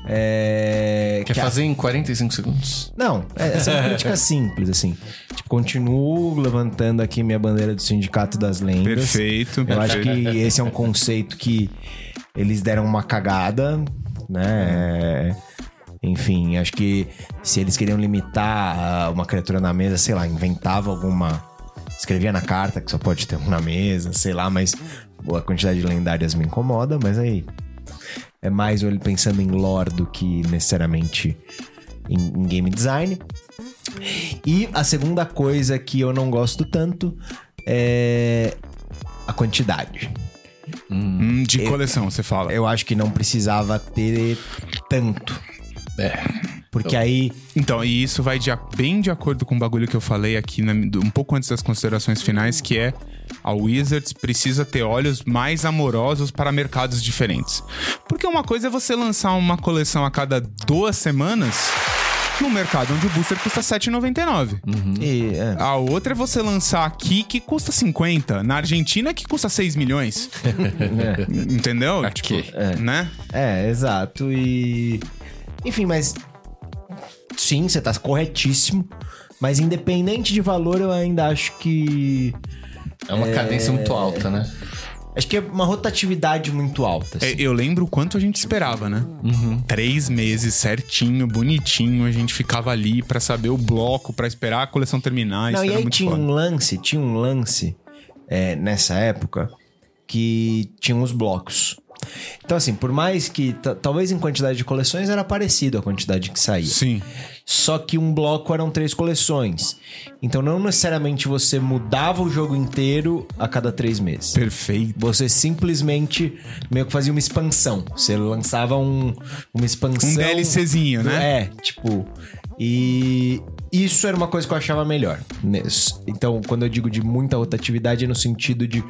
S3: É,
S2: Quer
S3: que a-
S2: fazer em 45 segundos?
S3: Não, é- essa é uma
S2: (laughs)
S3: crítica simples, assim. Tipo, continuo levantando aqui minha bandeira do Sindicato das Lendas.
S1: Perfeito.
S3: Eu acho que
S1: perfeito.
S3: esse é um conceito que eles deram uma cagada, né? Enfim, acho que se eles queriam limitar ah, uma criatura na mesa, sei lá, inventava alguma. Escrevia na carta que só pode ter um na mesa, sei lá, mas pô, a quantidade de lendárias me incomoda, mas aí. É mais ele pensando em lore do que necessariamente em, em game design. E a segunda coisa que eu não gosto tanto é a quantidade.
S1: Hum, de coleção, você fala.
S3: Eu acho que não precisava ter tanto.
S2: É.
S3: Porque aí
S1: Então, e isso vai de a- bem de acordo com o bagulho que eu falei aqui, na- do- um pouco antes das considerações finais, que é a Wizards precisa ter olhos mais amorosos para mercados diferentes. Porque uma coisa é você lançar uma coleção a cada duas semanas num mercado onde o booster custa R$7,99.
S3: e, é,
S1: A outra é você lançar aqui que custa 50, na Argentina que custa 6 milhões. Entendeu?
S2: Aqui.
S1: né?
S3: É, exato. E. Enfim, mas. Sim, você tá corretíssimo. Mas independente de valor, eu ainda acho que.
S2: É uma cadência muito alta, né?
S3: Acho que é uma rotatividade muito alta.
S1: É,
S3: assim.
S1: eu lembro o quanto a gente esperava, né? Três meses certinho, bonitinho, a gente ficava ali pra saber o bloco, pra esperar a coleção terminar.
S3: Não,
S1: isso
S3: e
S1: era
S3: aí
S1: muito
S3: tinha
S1: foda.
S3: um lance, tinha um lance é, nessa época que tinha os blocos. Então, assim, por mais que ta- talvez em quantidade de coleções era parecido a quantidade que saía.
S1: Sim.
S3: Só que um bloco eram três coleções. Então não necessariamente você mudava o jogo inteiro a cada três meses.
S1: Perfeito.
S3: Você simplesmente meio que fazia uma expansão. Você lançava um, uma expansão.
S1: Um DLCzinho, né?
S3: É, tipo. E isso era uma coisa que eu achava melhor. nes- Então, quando eu digo de muita rotatividade, é no sentido de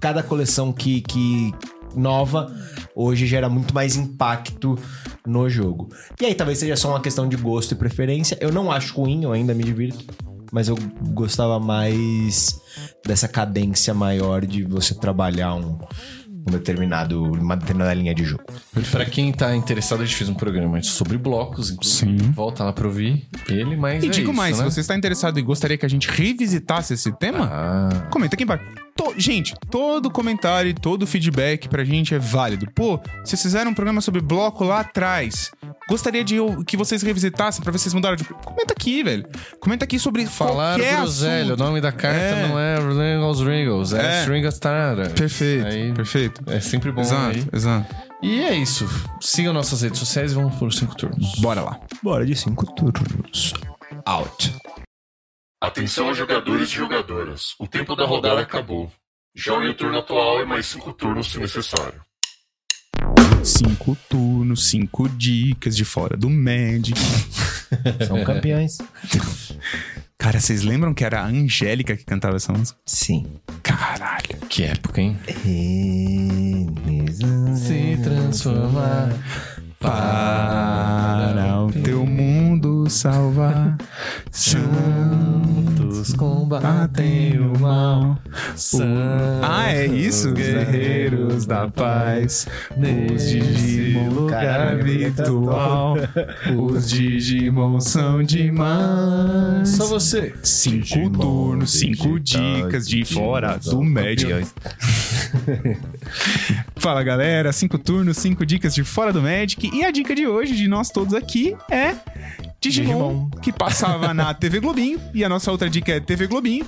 S3: cada coleção que, que nova hoje gera muito mais impacto no jogo. E aí talvez seja só uma questão de gosto e preferência. Eu não acho ruim, eu ainda me divirto. Mas eu gostava mais dessa cadência maior de você trabalhar um, um determinado, uma determinada linha de jogo.
S2: Pra quem tá interessado, a gente fez um programa sobre blocos, inclusive.
S1: Sim.
S2: Volta lá pra ouvir ele, mas.
S1: E
S2: é
S1: digo
S2: isso,
S1: mais,
S2: né?
S1: se você está interessado e gostaria que a gente revisitasse esse tema,
S2: Ah,
S1: comenta aqui embaixo. To- gente, todo comentário e todo feedback pra gente é válido. Pô, vocês fizeram um programa sobre bloco lá atrás. Gostaria de eu- que vocês revisitassem pra ver se vocês mudaram de. Comenta aqui, velho. Comenta aqui sobre
S2: falar
S1: qualquer
S2: groselha, né? o
S1: assunto.
S2: nome da carta
S1: É.
S2: não é Ringles Ringles, é,
S1: É.
S2: Stringles Tarara.
S1: Perfeito,
S2: Aí-
S1: perfeito.
S2: É sempre bom
S1: Exato,
S2: aí.
S1: exato.
S2: E é isso. Sigam nossas redes sociais e vamos por cinco turnos.
S1: Bora lá.
S3: Bora de cinco turnos. Out.
S4: Atenção, jogadores e jogadoras. O tempo da rodada acabou. Jogue o turno atual e mais cinco turnos se necessário.
S1: Cinco turnos, cinco dicas de fora do Magic.
S3: São campeões.
S1: Cara, vocês lembram que era a Angélica que cantava essa música?
S3: Sim.
S1: Caralho.
S2: Que época, hein?
S3: Se
S2: transformar
S1: Para o teu mundo salvar, santos combatem o mal. Ah, é isso? Guerreiros da paz, os Digimon lugar é
S3: Caralho,
S1: virtual, os Digimon são demais.
S2: Só você.
S1: Cinco
S3: Digimon
S1: turnos, cinco
S3: digitais,
S1: dicas de
S3: Digimon
S1: fora do
S3: são
S1: Magic.
S3: campeões.
S1: Fala galera, cinco turnos, cinco dicas de fora do Magic. E a dica de hoje de nós todos aqui é Digimon,
S3: Digimon.
S1: que passava na (laughs) TV Globinho. E a nossa outra dica é TV Globinho.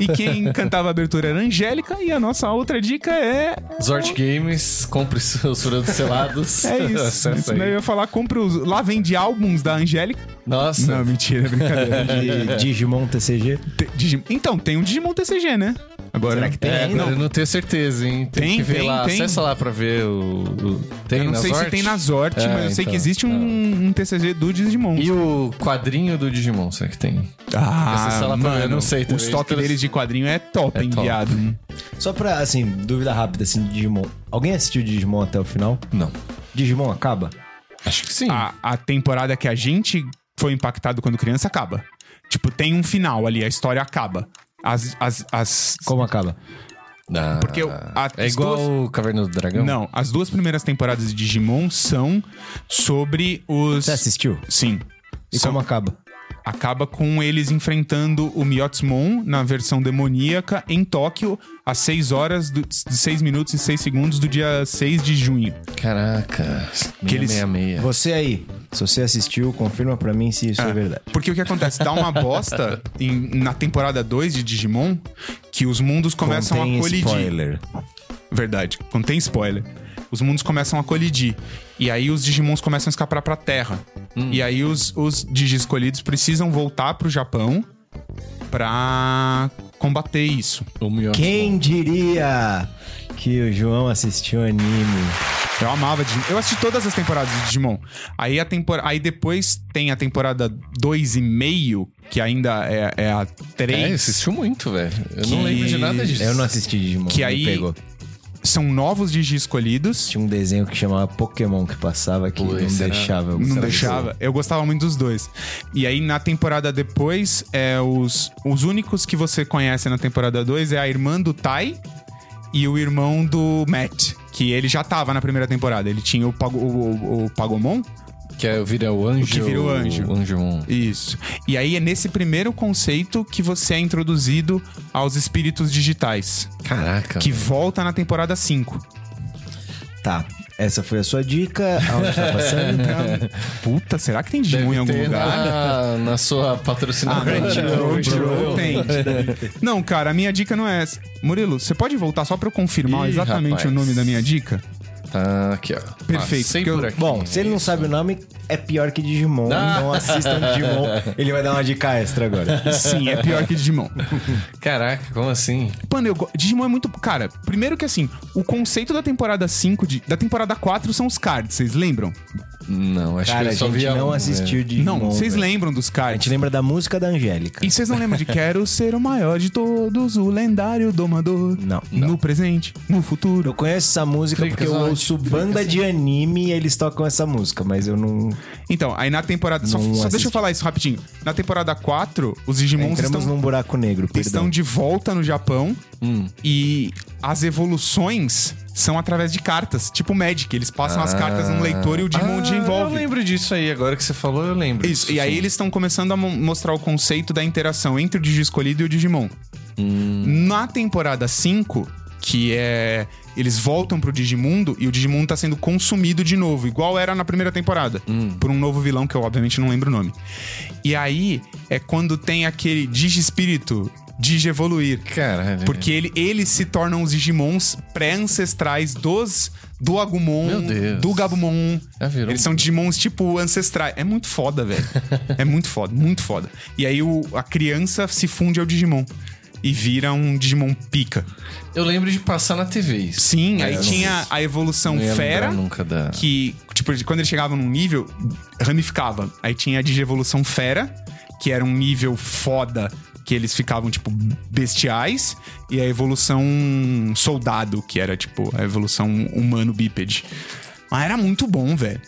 S1: E quem cantava a abertura era Angélica. E a nossa outra dica é.
S2: Zort Games, compre seus produtos selados. (laughs)
S1: É isso.
S2: Acessa
S1: isso
S2: aí.
S1: daí eu ia falar, compra os. Lá vende álbuns da Angélica.
S2: Nossa,
S1: Não, mentira, é
S3: (laughs)
S1: brincadeira.
S3: Di- Digimon TCG.
S1: Te- Digimon- Então, tem um Digimon TCG, né? Agora.
S3: Será que tem
S2: É,
S3: ainda?
S2: eu não tenho certeza, hein?
S1: Tem,
S2: que ver
S1: tem,
S2: lá.
S1: tem.
S2: Acessa lá pra ver o. o- Tem
S1: Eu não
S2: na
S1: sei
S2: Zort?
S1: se tem na Zorte,
S2: É,
S1: mas eu sei
S2: então.
S1: que existe um, um TCG do Digimon.
S2: E o quadrinho do Digimon, será que tem? Acessa lá pra ver, Ah, eu não sei
S1: tá o
S2: também.
S1: estoque deles de quadrinho é top,
S2: É
S1: hein,
S2: top.
S1: viado?
S3: Só pra, assim, dúvida rápida, assim, de Digimon. Alguém assistiu Digimon até o final?
S2: Não.
S3: Digimon acaba?
S2: Acho que sim.
S1: A, a temporada que a gente foi impactado quando criança acaba. Tipo, tem um final ali, a história acaba. As. as, as
S2: é
S3: Como acaba?
S2: Ah,
S1: porque eu- a-
S2: é igual
S1: duas-
S2: é o Caverna do Dragão?
S1: Não, as duas primeiras temporadas de Digimon são sobre os.
S3: Você assistiu?
S1: Sim.
S3: E
S1: São-
S3: como acaba?
S1: acaba com eles enfrentando o Miotsmon na versão demoníaca em Tóquio às 6 horas, do, 6 minutos e 6 segundos do dia 6 de junho.
S2: Caraca.
S1: Que eles-
S2: 666.
S3: Você aí, se você assistiu, confirma pra mim se isso é verdade.
S1: Porque o que acontece? Dá uma bosta em- na temporada 2 de Digimon que os mundos começam
S3: Contém
S1: a colidir.
S3: spoiler.
S1: Verdade, contém spoiler. Os mundos começam a colidir. E aí os Digimons começam a escapar pra Terra.
S3: Hum.
S1: E aí os, os Digi escolhidos precisam voltar pro Japão pra combater isso.
S2: O Miotti.
S3: Quem diria que o João assistiu anime?
S1: Eu amava Digimon. Eu assisti todas as temporadas de Digimon. Aí, a tempor... Aí depois tem a temporada 2,5, que ainda é, é a
S2: É,
S1: 3.
S2: insistiu muito, velho. Eu não
S1: Que- é
S2: lembro de nada disso.
S3: Eu não assisti Digimon.
S1: Que
S3: me
S1: aí-
S3: Pegou.
S1: São novos Digi escolhidos.
S3: Tinha um desenho que chamava Pokémon que passava que
S2: Pô,
S3: não
S2: esse era-
S3: deixava. eu
S1: Não
S3: gostava
S1: deixava. Eu gostava muito dos dois. E aí, na temporada depois, é os, os únicos que você conhece na temporada 2 é a irmã do Tai e o irmão do Matt. Que ele já tava na primeira temporada. Ele tinha o, Pago- o- o- o Pagomon.
S2: Que é, vira o anjo.
S1: O que vira o anjo.
S2: O Angemon.
S1: Isso. E aí é nesse primeiro conceito que você é introduzido aos espíritos digitais.
S2: Caraca.
S1: Que volta na temporada 5.
S3: desse- Tá. Essa foi a sua dica. Aonde
S2: (laughs)
S3: tá passando?
S1: Puta, será que tem
S2: Deve
S1: Digimon um em algum
S2: ter né?
S1: lugar?
S2: Na, na sua
S1: Ah,
S2: patrocinadora.
S3: É,
S1: Crunchyroll, Crunchyroll tem. Não, cara, a minha dica não é essa. Murilo, você pode voltar só pra eu confirmar
S2: Ih,
S1: exatamente
S2: rapaz.
S1: o nome da minha dica?
S2: Tá aqui, ó.
S1: Perfeito,
S2: Passei
S1: porque eu-
S2: por aqui.
S3: Bom, se ele não sabe o nome, é pior que Digimon.
S2: Ah.
S3: Não assistam Digimon. Ele vai dar uma dica
S2: (laughs)
S3: extra agora.
S1: Sim, é pior que
S3: (laughs)
S1: Digimon.
S2: Caraca, como assim?
S1: Mano, eu go- Digimon é muito. Cara, primeiro que assim, o conceito da temporada 5, de... da temporada 4 são os cards, vocês lembram?
S2: Não, acho
S3: Cara,
S2: que
S3: a
S2: eu só
S3: gente
S2: via
S3: não
S2: um,
S3: assistiu Digimon.
S1: não, vocês
S3: velho.
S1: lembram dos
S3: A gente
S1: cards.
S3: lembra da música da Angélica.
S1: E vocês não lembram de Quero ser o maior de todos, o lendário domador.
S3: Não.
S1: No presente, no futuro.
S3: Eu conheço essa música
S2: Freakazoid,
S3: porque eu ouço banda de anime e eles tocam essa música, mas eu não.
S1: Então, aí na temporada. Só,
S3: Não
S1: só deixa
S3: assisti.
S1: eu falar isso rapidinho. Na temporada 4, os Digimons
S3: Entramos
S1: estão
S3: num buraco negro, perdão.
S1: estão de volta no Japão
S2: Hum.
S1: e as evoluções são através de cartas, tipo Magic. Eles passam as cartas num leitor e o Digimon
S2: ah,
S1: desenvolve.
S2: Eu lembro disso aí, agora que você falou, eu lembro.
S1: Isso, e aí
S2: sim.
S1: eles estão começando a mo- mostrar o conceito da interação entre o Digi escolhido e o Digimon.
S2: Hum.
S1: Na temporada 5, que é. Eles voltam pro Digimundo e o Digimundo tá sendo consumido de novo, igual era na primeira temporada,
S2: Hum.
S1: por um novo vilão que eu obviamente não lembro o nome. E aí é quando tem aquele Digi Espírito, Digi Evoluir.
S2: Caralho.
S1: Porque ele, eles se tornam os Digimons pré-ancestrais dos do
S2: Meu
S1: Agumon,
S2: Deus.
S1: do Gabumon.
S2: Já virou
S1: Eles
S2: um-
S1: são Digimons tipo ancestrais. É muito foda,
S2: (laughs)
S1: velho. é muito foda, muito foda. E aí o- a criança se funde ao Digimon. E vira um Digimon pica.
S2: Eu lembro de passar na TV. isso.
S1: Sim,
S2: É,
S1: aí
S2: eu não-
S1: tinha a evolução
S2: não ia lembrar
S1: fera,
S2: nunca da.
S1: que, tipo, quando ele chegava num nível, ramificava. Aí tinha a digievolução fera, que era um nível foda, que eles ficavam, tipo, bestiais. E a evolução soldado, que era, tipo, a evolução humano bípede. Mas era muito bom, velho.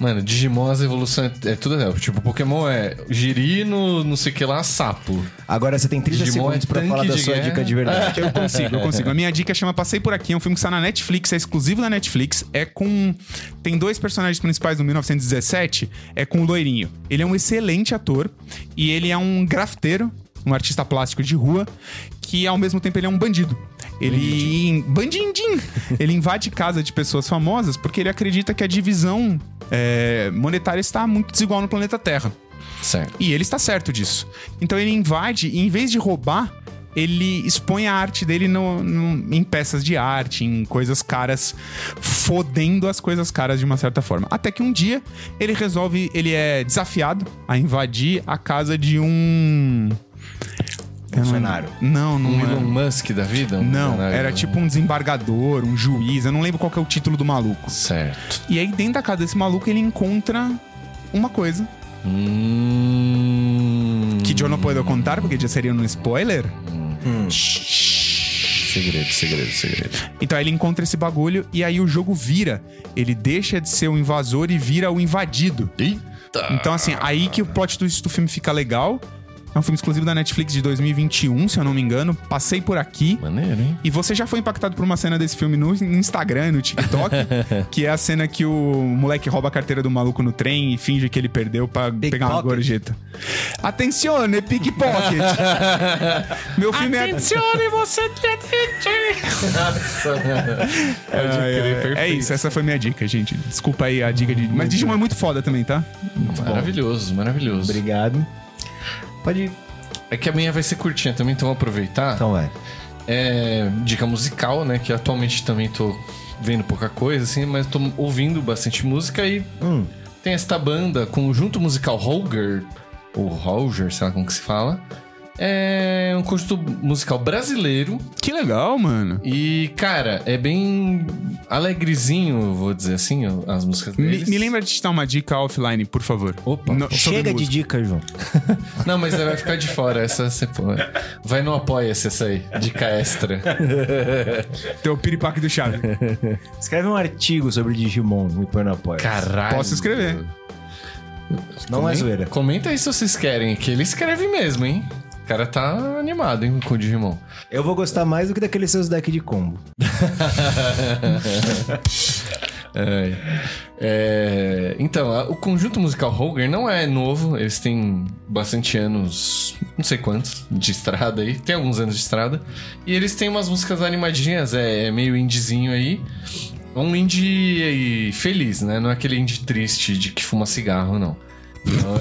S2: Mano, Digimon, as evoluções é, é tudo. É, tipo, Pokémon é girino, não sei o que lá, sapo.
S3: Agora você tem 30
S2: Digimon é
S3: segundos pra
S2: tanque
S3: falar da
S2: de
S3: sua
S2: guerra.
S3: dica de verdade.
S1: Eu consigo, eu consigo. A minha dica chama Passei Por Aqui, é um filme que está na Netflix, é exclusivo da Netflix. É com. Tem dois personagens principais do 1917, é com o Loirinho. Ele é um excelente ator e ele é um grafiteiro, um artista plástico de rua, que ao mesmo tempo ele é um bandido. Ele. Bandindim! Ele invade casa de pessoas famosas porque ele acredita que a divisão é, monetária está muito desigual no planeta Terra.
S2: Certo.
S1: E ele está certo disso. Então ele invade e em vez de roubar, ele expõe a arte dele no- no- em peças de arte, em coisas caras, fodendo as coisas caras de uma certa forma. Até que um dia ele resolve, ele é desafiado a invadir a casa de um. É,
S3: Bolsonaro.
S1: Não, não
S2: Um
S1: é.
S2: Elon Musk da vida? Um
S1: Não,
S2: milionário-
S1: era tipo um desembargador, um juiz, eu não lembro qual que é o título do maluco.
S2: Certo.
S1: E aí, dentro da casa desse maluco, ele encontra uma coisa
S2: Hum.
S1: que eu não posso contar porque já seria um spoiler.
S2: Segredo, segredo, segredo.
S1: Então aí ele encontra esse bagulho e aí o jogo vira. Ele deixa de ser o invasor e vira o invadido.
S2: Eita!
S1: Então, assim, aí que o plot twist do filme fica legal. É um filme exclusivo da Netflix de 2021, se eu não me engano. Passei por aqui.
S2: Maneiro, hein?
S1: E você já foi impactado por uma cena desse filme no Instagram, e no
S3: (laughs)
S1: TikTok, que é a cena que o moleque rouba a carteira do maluco no trem e finge que ele perdeu pra pegar uma
S3: Pickpocket.
S1: gorjeta. Atencione, pickpocket! Meu filme é.
S5: Atenzione, você detente!
S1: Ai, ai, ai. (laughs) É isso, essa foi minha dica, gente. Desculpa aí a dica de. Mas Digimon é muito foda também, tá?
S2: Maravilhoso, maravilhoso.
S3: Obrigado. Pode ir.
S2: É que a minha vai ser curtinha também, então vou aproveitar.
S3: Então vai.
S2: É, dica musical, né? Que atualmente também tô vendo pouca coisa, assim, mas tô ouvindo bastante música e
S3: Hum.
S2: tem esta banda, conjunto musical Holger, ou Holger, sei lá como que se fala, é um conjunto musical brasileiro
S1: Que legal, mano.
S2: e, cara, é bem alegrezinho, vou dizer assim, as músicas
S1: Me,
S2: deles.
S1: me lembra de te dar uma dica offline, por favor.
S2: Opa.
S1: No- sobre
S3: Chega de
S1: música.
S3: dica, João.
S2: Não, mas vai ficar de fora. Essa você põe. Vai no Apoia-se essa aí. Dica extra.
S1: Teu piripaque do
S3: (laughs)
S1: Chave.
S3: Escreve um artigo sobre Digimon e põe na porta.
S2: Caralho.
S1: Posso escrever.
S3: Não é
S2: Comenta-
S3: zoeira.
S2: Comenta aí se vocês querem, que ele escreve mesmo, hein? O cara tá animado, hein, com o Digimon.
S3: Eu vou gostar mais do que daqueles seus deck de combo.
S2: É. É, então, a- o conjunto musical Holger não é novo, eles têm bastante anos, não sei quantos, de estrada aí, tem alguns anos de estrada, e eles têm umas músicas animadinhas, é, é meio indiezinho aí. É Um indie feliz, né? Não é aquele indie triste de que fuma cigarro, não.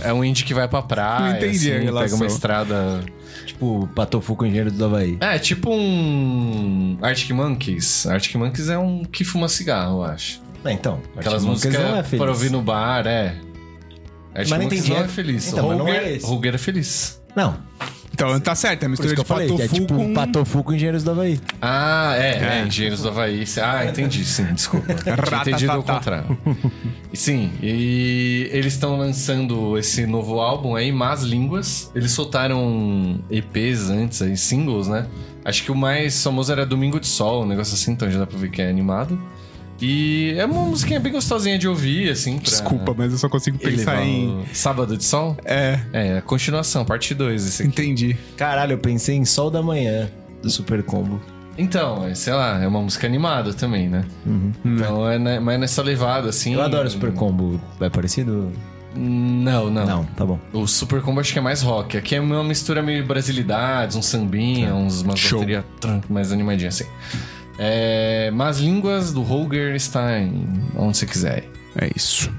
S2: É um indie que vai pra praia,
S1: Não entendi a
S2: assim, pega
S1: relação.
S2: uma estrada
S3: Tipo, Patofu com o engenheiro do Havaí.
S2: é, tipo um Arctic Monkeys. Arctic Monkeys é um que fuma cigarro, eu acho.
S3: Ah, então.
S2: Aquelas
S3: Arctic Monkeys
S2: músicas
S3: não é feliz.
S2: pra ouvir no bar, é. Arctic
S3: não
S2: Monkeys
S3: entendi,
S2: não
S3: é-
S2: é feliz.
S3: então, mas não é
S2: Holger,
S3: esse.
S2: Holger é feliz.
S3: Não,
S1: Então, tá certo. É
S3: por isso
S1: mistura
S3: que
S1: de
S3: eu falei.
S1: patofu
S3: é tipo
S1: com...
S3: Patofu com engenheiros do Havaí.
S2: Ah, é, é, Engenheiros do Havaí. Ah, entendi, sim,
S1: (laughs)
S2: desculpa. Tinha entendido ao
S1: Ratatatá.
S2: contrário. E Sim, e eles estão lançando esse novo álbum aí, Más Línguas. Eles soltaram EPs antes aí, singles, né? Acho que o mais famoso era Domingo de Sol, um negócio assim, então já dá pra ver que é animado. E é uma musiquinha bem gostosinha de ouvir, assim. Pra
S1: Desculpa, mas eu só consigo pensar
S2: elevar
S1: em...
S2: o- Sábado de Sol?
S1: É,
S2: É, a continuação, parte 2 esse aqui.
S1: entendi.
S3: Caralho, eu pensei em Sol da Manhã do Super Combo.
S2: Então, é, sei lá, é uma música animada também, né? Então, é, ne- mas nessa levada, assim...
S3: Uhum. Eu adoro Super Combo. É parecido?
S2: Não, não.
S3: Não, tá bom.
S2: O Super Combo acho que é mais rock. Aqui é uma mistura meio brasilidades, um
S3: É.
S2: sambinha, uns, umas
S1: Show.
S2: bateria tran- mais animadinha assim. É, mas Línguas do Holger está em onde você quiser.
S1: É isso.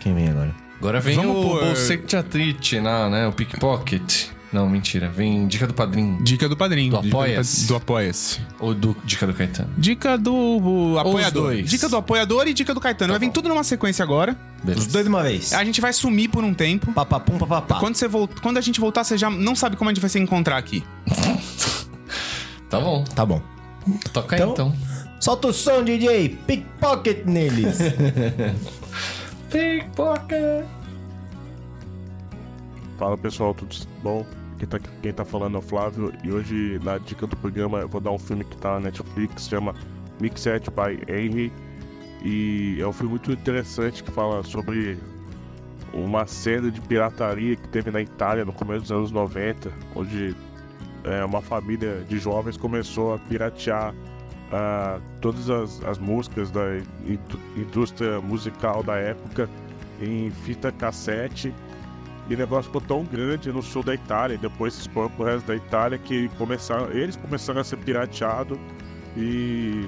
S3: Quem vem agora?
S2: Agora vem
S1: Vamos
S2: o
S1: pôr-
S2: Bolsectiatrite, não, né? O Pickpocket. Não, mentira. Vem Dica do Padrinho.
S1: Dica do padrinho.
S2: Do
S1: Dica
S2: Apoia-se.
S1: Do Apoia-se.
S2: Ou do Dica do Caetano.
S1: Dica do apoiador.
S2: dois.
S1: Dica do apoiador e dica do Caetano. vai vir tudo numa sequência agora.
S3: Os
S2: Beleza.
S3: dois de uma vez.
S1: A gente vai sumir por um tempo.
S3: Papapum,
S2: Ah.
S3: papapá.
S1: Quando, você volta, quando a gente voltar, você já não sabe como a gente vai se encontrar aqui.
S2: Tá bom.
S3: Tá bom.
S2: Toca
S3: Então-
S2: aí então.
S3: Solta o som, DJ. Pickpocket neles.
S2: Pickpocket.
S6: Fala pessoal, tudo bom? Quem tá, quem tá falando é o Flávio e hoje na dica do programa eu vou dar um filme que tá na Netflix, chama Mixed by Henry e é um filme muito interessante que fala sobre uma série de pirataria que teve na Itália no começo dos anos 90, onde é, uma família de jovens começou a piratear ah, todas as, as músicas da in- indústria musical da época em fita cassete e o negócio ficou tão grande no sul da Itália, e depois se expôs pro resto da Itália, que começaram, eles começaram a ser pirateados. E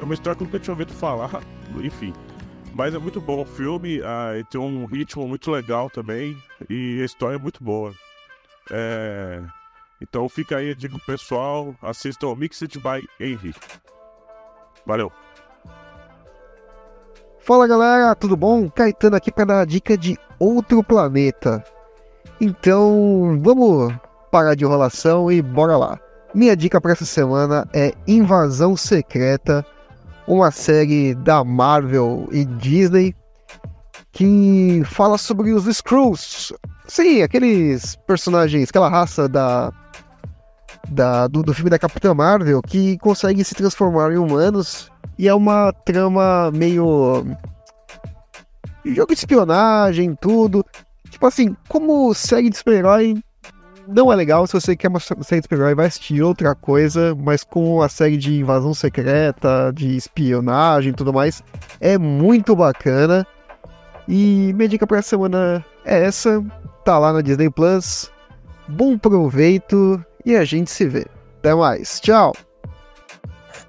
S6: é uma história que eu nunca tinha ouvido falar, (laughs) enfim. Mas é muito bom o filme, ah, e tem um ritmo muito legal também, e a história é muito boa. É, Então fica aí, digo pessoal, assistam o Mixed by Henry. Valeu!
S7: Fala galera, tudo bom? Caetano aqui para dar a dica de outro planeta. Então, vamos parar de enrolação e bora lá. Minha dica para essa semana é Invasão Secreta, uma série da Marvel e Disney que fala sobre os Skrulls. Sim, aqueles personagens, aquela raça da, da- do, do filme da Capitã Marvel que consegue se transformar em humanos e é uma trama meio jogo de espionagem, tudo. Tipo assim, como série de super-herói, não é legal. Se você quer uma série de super-herói, vai assistir outra coisa. Mas com a série de invasão secreta, de espionagem e tudo mais, é muito bacana. E minha dica pra essa semana é essa. Tá lá na Disney Plus. Bom proveito e a gente se vê. Até mais. Tchau.
S3: (laughs)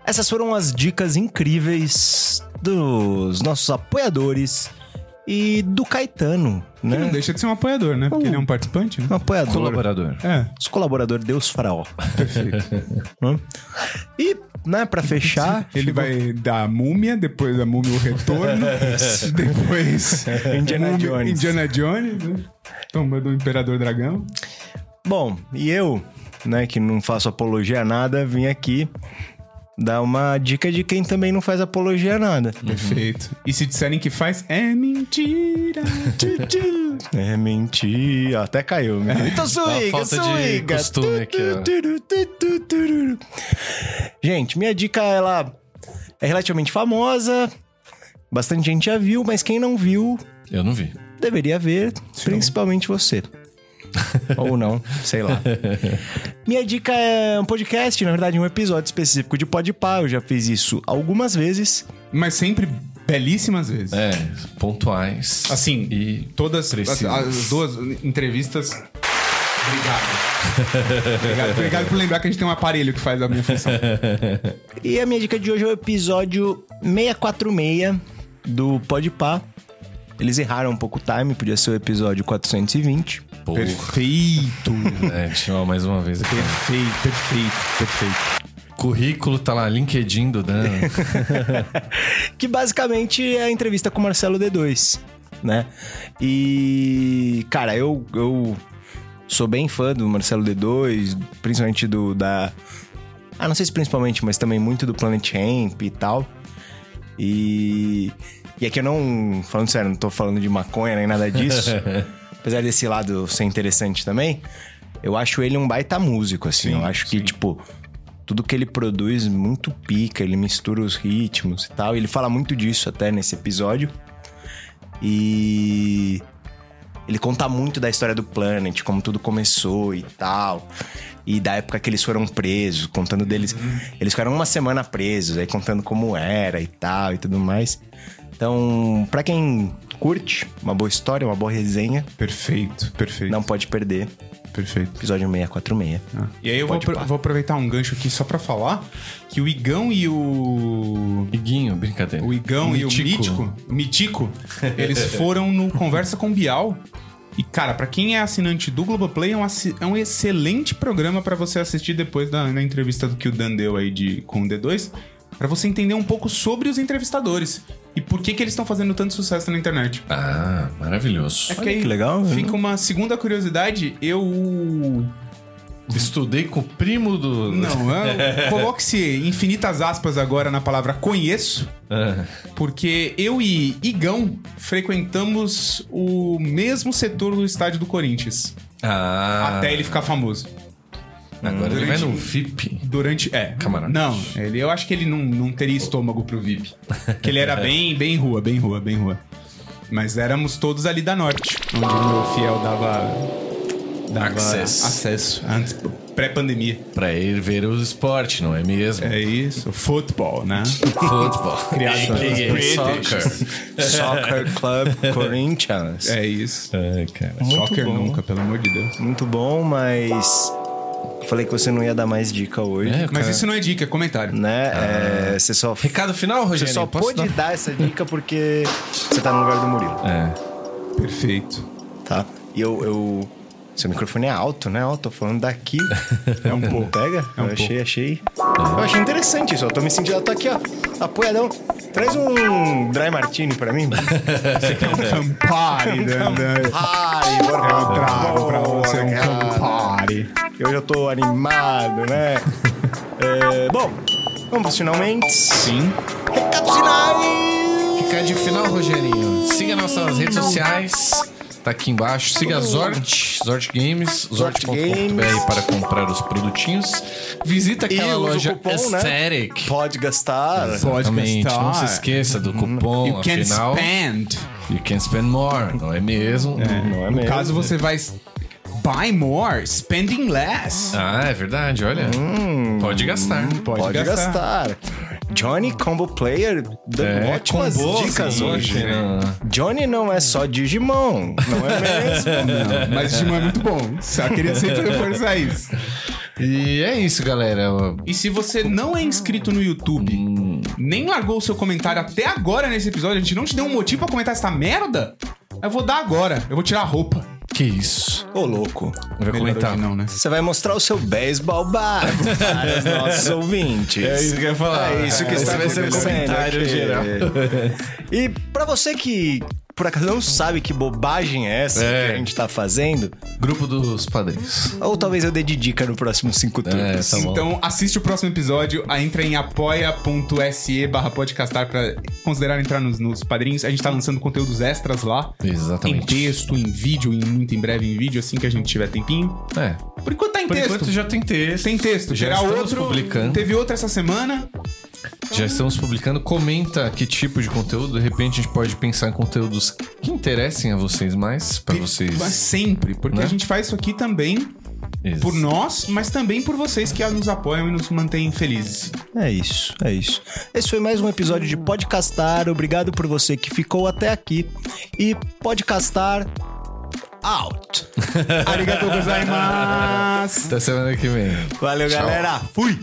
S3: Essas foram as dicas incríveis dos nossos apoiadores e do Caetano,
S1: Que não
S3: né?
S1: deixa de ser um apoiador, né? Porque ele é um participante, né?
S3: Um apoiador.
S2: Colaborador.
S1: É.
S3: Os colaboradores Deus Faraó. (laughs) Perfeito. e, né, pra fechar,
S1: (laughs) Ele vai da múmia, depois da múmia o (laughs) retorno, depois
S3: Indiana
S1: múmia-
S3: Jones.
S1: Indiana Jones, né? Tomba do Imperador Dragão.
S3: Bom, e eu, né, que não faço apologia a nada, vim aqui dar uma dica de quem também não faz apologia a nada.
S1: Perfeito. E se disserem que faz, é mentira. Tchu-tchu.
S3: É mentira. Até caiu. né? Então suiga,
S2: falta de
S3: suiga.
S2: costume aqui, ó.
S3: Tu, tu, tu, tu, tu. Gente, minha dica, ela é relativamente famosa. Bastante gente já viu, mas quem não viu,
S2: Eu não vi.
S3: deveria ver, principalmente você. Ou não, sei lá. Minha dica é um podcast, na verdade, um episódio específico de Podpah. Eu já fiz isso algumas vezes.
S1: Mas sempre belíssimas vezes.
S2: É, pontuais.
S1: Assim,
S2: E
S1: todas as,
S2: Precisa.
S1: as duas entrevistas. Obrigado. Obrigado. Obrigado por lembrar que a gente tem um aparelho que faz a minha função.
S3: E a minha dica de hoje é o episódio 646 do Podpah. Eles erraram um pouco o time, podia ser o episódio 420.
S2: Porra.
S1: Perfeito.
S2: É, deixa eu mais uma vez
S1: (laughs)
S2: aqui.
S1: Perfeito, perfeito, perfeito.
S2: Currículo tá lá, LinkedIn
S1: (laughs)
S2: do Dan. (laughs)
S3: Que basicamente é a entrevista com o Marcelo D2, né? E, cara, eu, eu sou bem fã do Marcelo D2, principalmente do da. Ah, não sei se principalmente, mas também muito do Planet Hemp e tal. E. E aqui eu não. Falando sério, não tô falando de maconha nem
S2: (laughs)
S3: nada disso. apesar desse lado ser interessante também, eu acho ele um baita músico, assim. eu acho que, tipo, tudo que ele produz muito pica, ele mistura os ritmos e tal. Ele fala muito disso até nesse episódio. E. Ele conta muito da história do Planet, como tudo começou e tal. E da época que eles foram presos, contando deles. Eles ficaram uma semana presos, aí contando como era e tal e tudo mais. Então, pra quem curte uma boa história, uma boa resenha,
S1: Perfeito, perfeito.
S3: não pode perder.
S1: perfeito.
S3: Episódio 646.
S1: E aí eu vou,
S3: Pode
S1: apro-
S3: pá.
S1: vou aproveitar um gancho aqui só pra falar que o Igão e o.
S2: Iguinho, brincadeira.
S1: O Igão e o
S2: Mitico.
S1: Mítico, Mitico, eles foram no Conversa com Bial. E, cara, pra quem é assinante do Globoplay, é um, assi- é um excelente programa pra você assistir depois da na entrevista do que o Dan deu aí de, com o D2, pra você entender um pouco sobre os entrevistadores e por que, que eles estão fazendo tanto sucesso na internet.
S2: Ah, maravilhoso.
S1: É que aí
S3: que legal, né?
S1: fica uma segunda curiosidade, eu
S2: Estudei com o primo do.
S1: É. Não, eu- coloque-se infinitas aspas agora na palavra conheço,
S2: Ah,
S1: porque eu e Igão frequentamos o mesmo setor do estádio do Corinthians,
S2: Ah,
S1: até ele ficar famoso.
S2: agora ele vai
S1: durante-
S2: no VIP.
S1: Durante. É.
S2: Camarada.
S1: Não, ele, eu acho que ele não, não teria estômago pro VIP. Que ele era bem, bem rua, bem rua, bem rua. Mas éramos todos ali da norte, onde o meu fiel dava. dava
S2: Acesso.
S1: acesso antes, pré-pandemia.
S2: Pra ir ver o esporte, não é mesmo?
S1: É isso. Futebol, né?
S2: Futebol.
S1: Criado pelos
S2: (laughs) AKA
S1: British.
S2: soccer.
S1: (laughs)
S3: Soccer Club Corinthians.
S1: É isso.
S2: Ai, cara.
S3: Muito
S1: Soccer
S3: bom.
S1: nunca, pelo amor de Deus.
S3: Muito bom, mas. Falei que você não ia dar mais dica hoje.
S2: É,
S1: Mas
S2: cara.
S1: isso não é dica, é comentário.
S3: Né? É, você só.
S2: Recado final,
S3: Você
S2: Rogério?
S3: só
S2: Posso
S3: pôde dar essa dica porque você tá no lugar do Murilo,
S2: É.
S1: Perfeito.
S3: tá? E eu. eu... Seu microfone é alto, né? Ó, tô
S1: (laughs)
S3: falando daqui.
S1: É um pouco.
S3: Pega?
S1: É um
S3: eu achei, achei. Eu achei interessante isso. Eu tô me sentindo. Eu tô aqui, ó. Apoiadão. Traz um Dry Martini
S1: (laughs)
S3: pra mim.
S1: Campari, Dandai.
S3: Ai, bora
S1: Eu trago pra
S3: é
S1: você um
S3: cara.
S1: Campari.
S3: que hoje eu tô animado, (laughs) né? É, bom, vamos pros finalmente.
S1: Sim.
S3: Recados finais!
S2: Recadinho final, Rogerinho. Siga nossas redes sociais. Tá aqui embaixo. Siga a Zort, Zort Games,
S3: Games.
S2: zort.com.br para comprar os produtinhos. Visita aquela
S3: E usa o
S2: loja
S3: cupom, né?
S2: Aesthetic.
S3: Pode gastar.
S1: Pode
S2: Exatamente.
S1: gastar.
S2: Não se esqueça do cupom
S1: You can
S2: afinal.
S1: spend.
S2: You can spend more, não é mesmo?
S3: Não é
S1: No
S3: mesmo?
S1: caso, você vai buy more, spending less.
S2: Ah, é verdade, olha. Pode gastar.
S1: Pode,
S3: Hum. Pode
S1: gastar.
S3: gastar. Johnny Combo Player dando
S2: É,
S3: ótimas
S2: combou,
S3: dicas
S2: sim,
S3: hoje.
S2: né?
S3: Johnny não é só Digimon, não é mesmo?
S1: Não, mas Digimon é muito bom. Só queria sempre reforçar isso.
S2: E é isso, galera.
S1: E se você não é inscrito no YouTube, nem largou o seu comentário até agora nesse episódio, a gente não te deu um motivo pra comentar essa merda, eu vou dar agora. Eu vou tirar a roupa.
S2: Que isso?
S3: Ô, louco.
S2: Vai comentar.
S1: hoje não, né?
S3: Você vai mostrar o seu beisebol barbo (laughs) para os nossos ouvintes.
S2: É isso que eu ia falar.
S3: É isso que
S2: Esse
S3: está
S2: vai ser o
S3: acontecendo
S2: comentário
S3: aqui.
S2: geral.
S3: E pra você que por acaso não sabe que bobagem é essa
S2: É.
S3: que a gente tá fazendo,
S2: Grupo dos padrinhos.
S3: ou talvez eu dê de dica no próximo cinco turnos.
S2: tá bom.
S1: Então assiste o próximo episódio, aí entra em apoia.se barra podcastar pra considerar entrar nos, nos padrinhos. A gente tá lançando conteúdos extras lá. Em
S2: Exatamente.
S1: texto, em vídeo, e muito em breve em vídeo, assim que a gente tiver tempinho.
S2: É.
S1: Por enquanto tá em
S2: Por
S1: texto.
S2: enquanto já tem texto.
S1: Tem texto.
S2: Já
S1: Terá
S2: estamos
S1: outro.
S2: publicando.
S1: Teve outro essa semana.
S2: Já estamos publicando. Comenta que tipo de conteúdo. De repente a gente pode pensar em conteúdos que interessem a vocês mais. Pra vocês.
S1: Mas sempre, porque
S2: Né?
S1: a gente faz isso aqui também
S2: Ex-
S1: por nós, mas também por vocês que nos apoiam e nos mantêm felizes.
S3: É isso, é isso. Esse foi mais um episódio de Podcastar. Obrigado por você que ficou até aqui. E Podcastar
S2: (laughs)
S3: out.
S1: Arigatou gozaimasu!
S2: Até semana que vem.
S3: Valeu,
S2: Tchau.
S3: galera. Fui.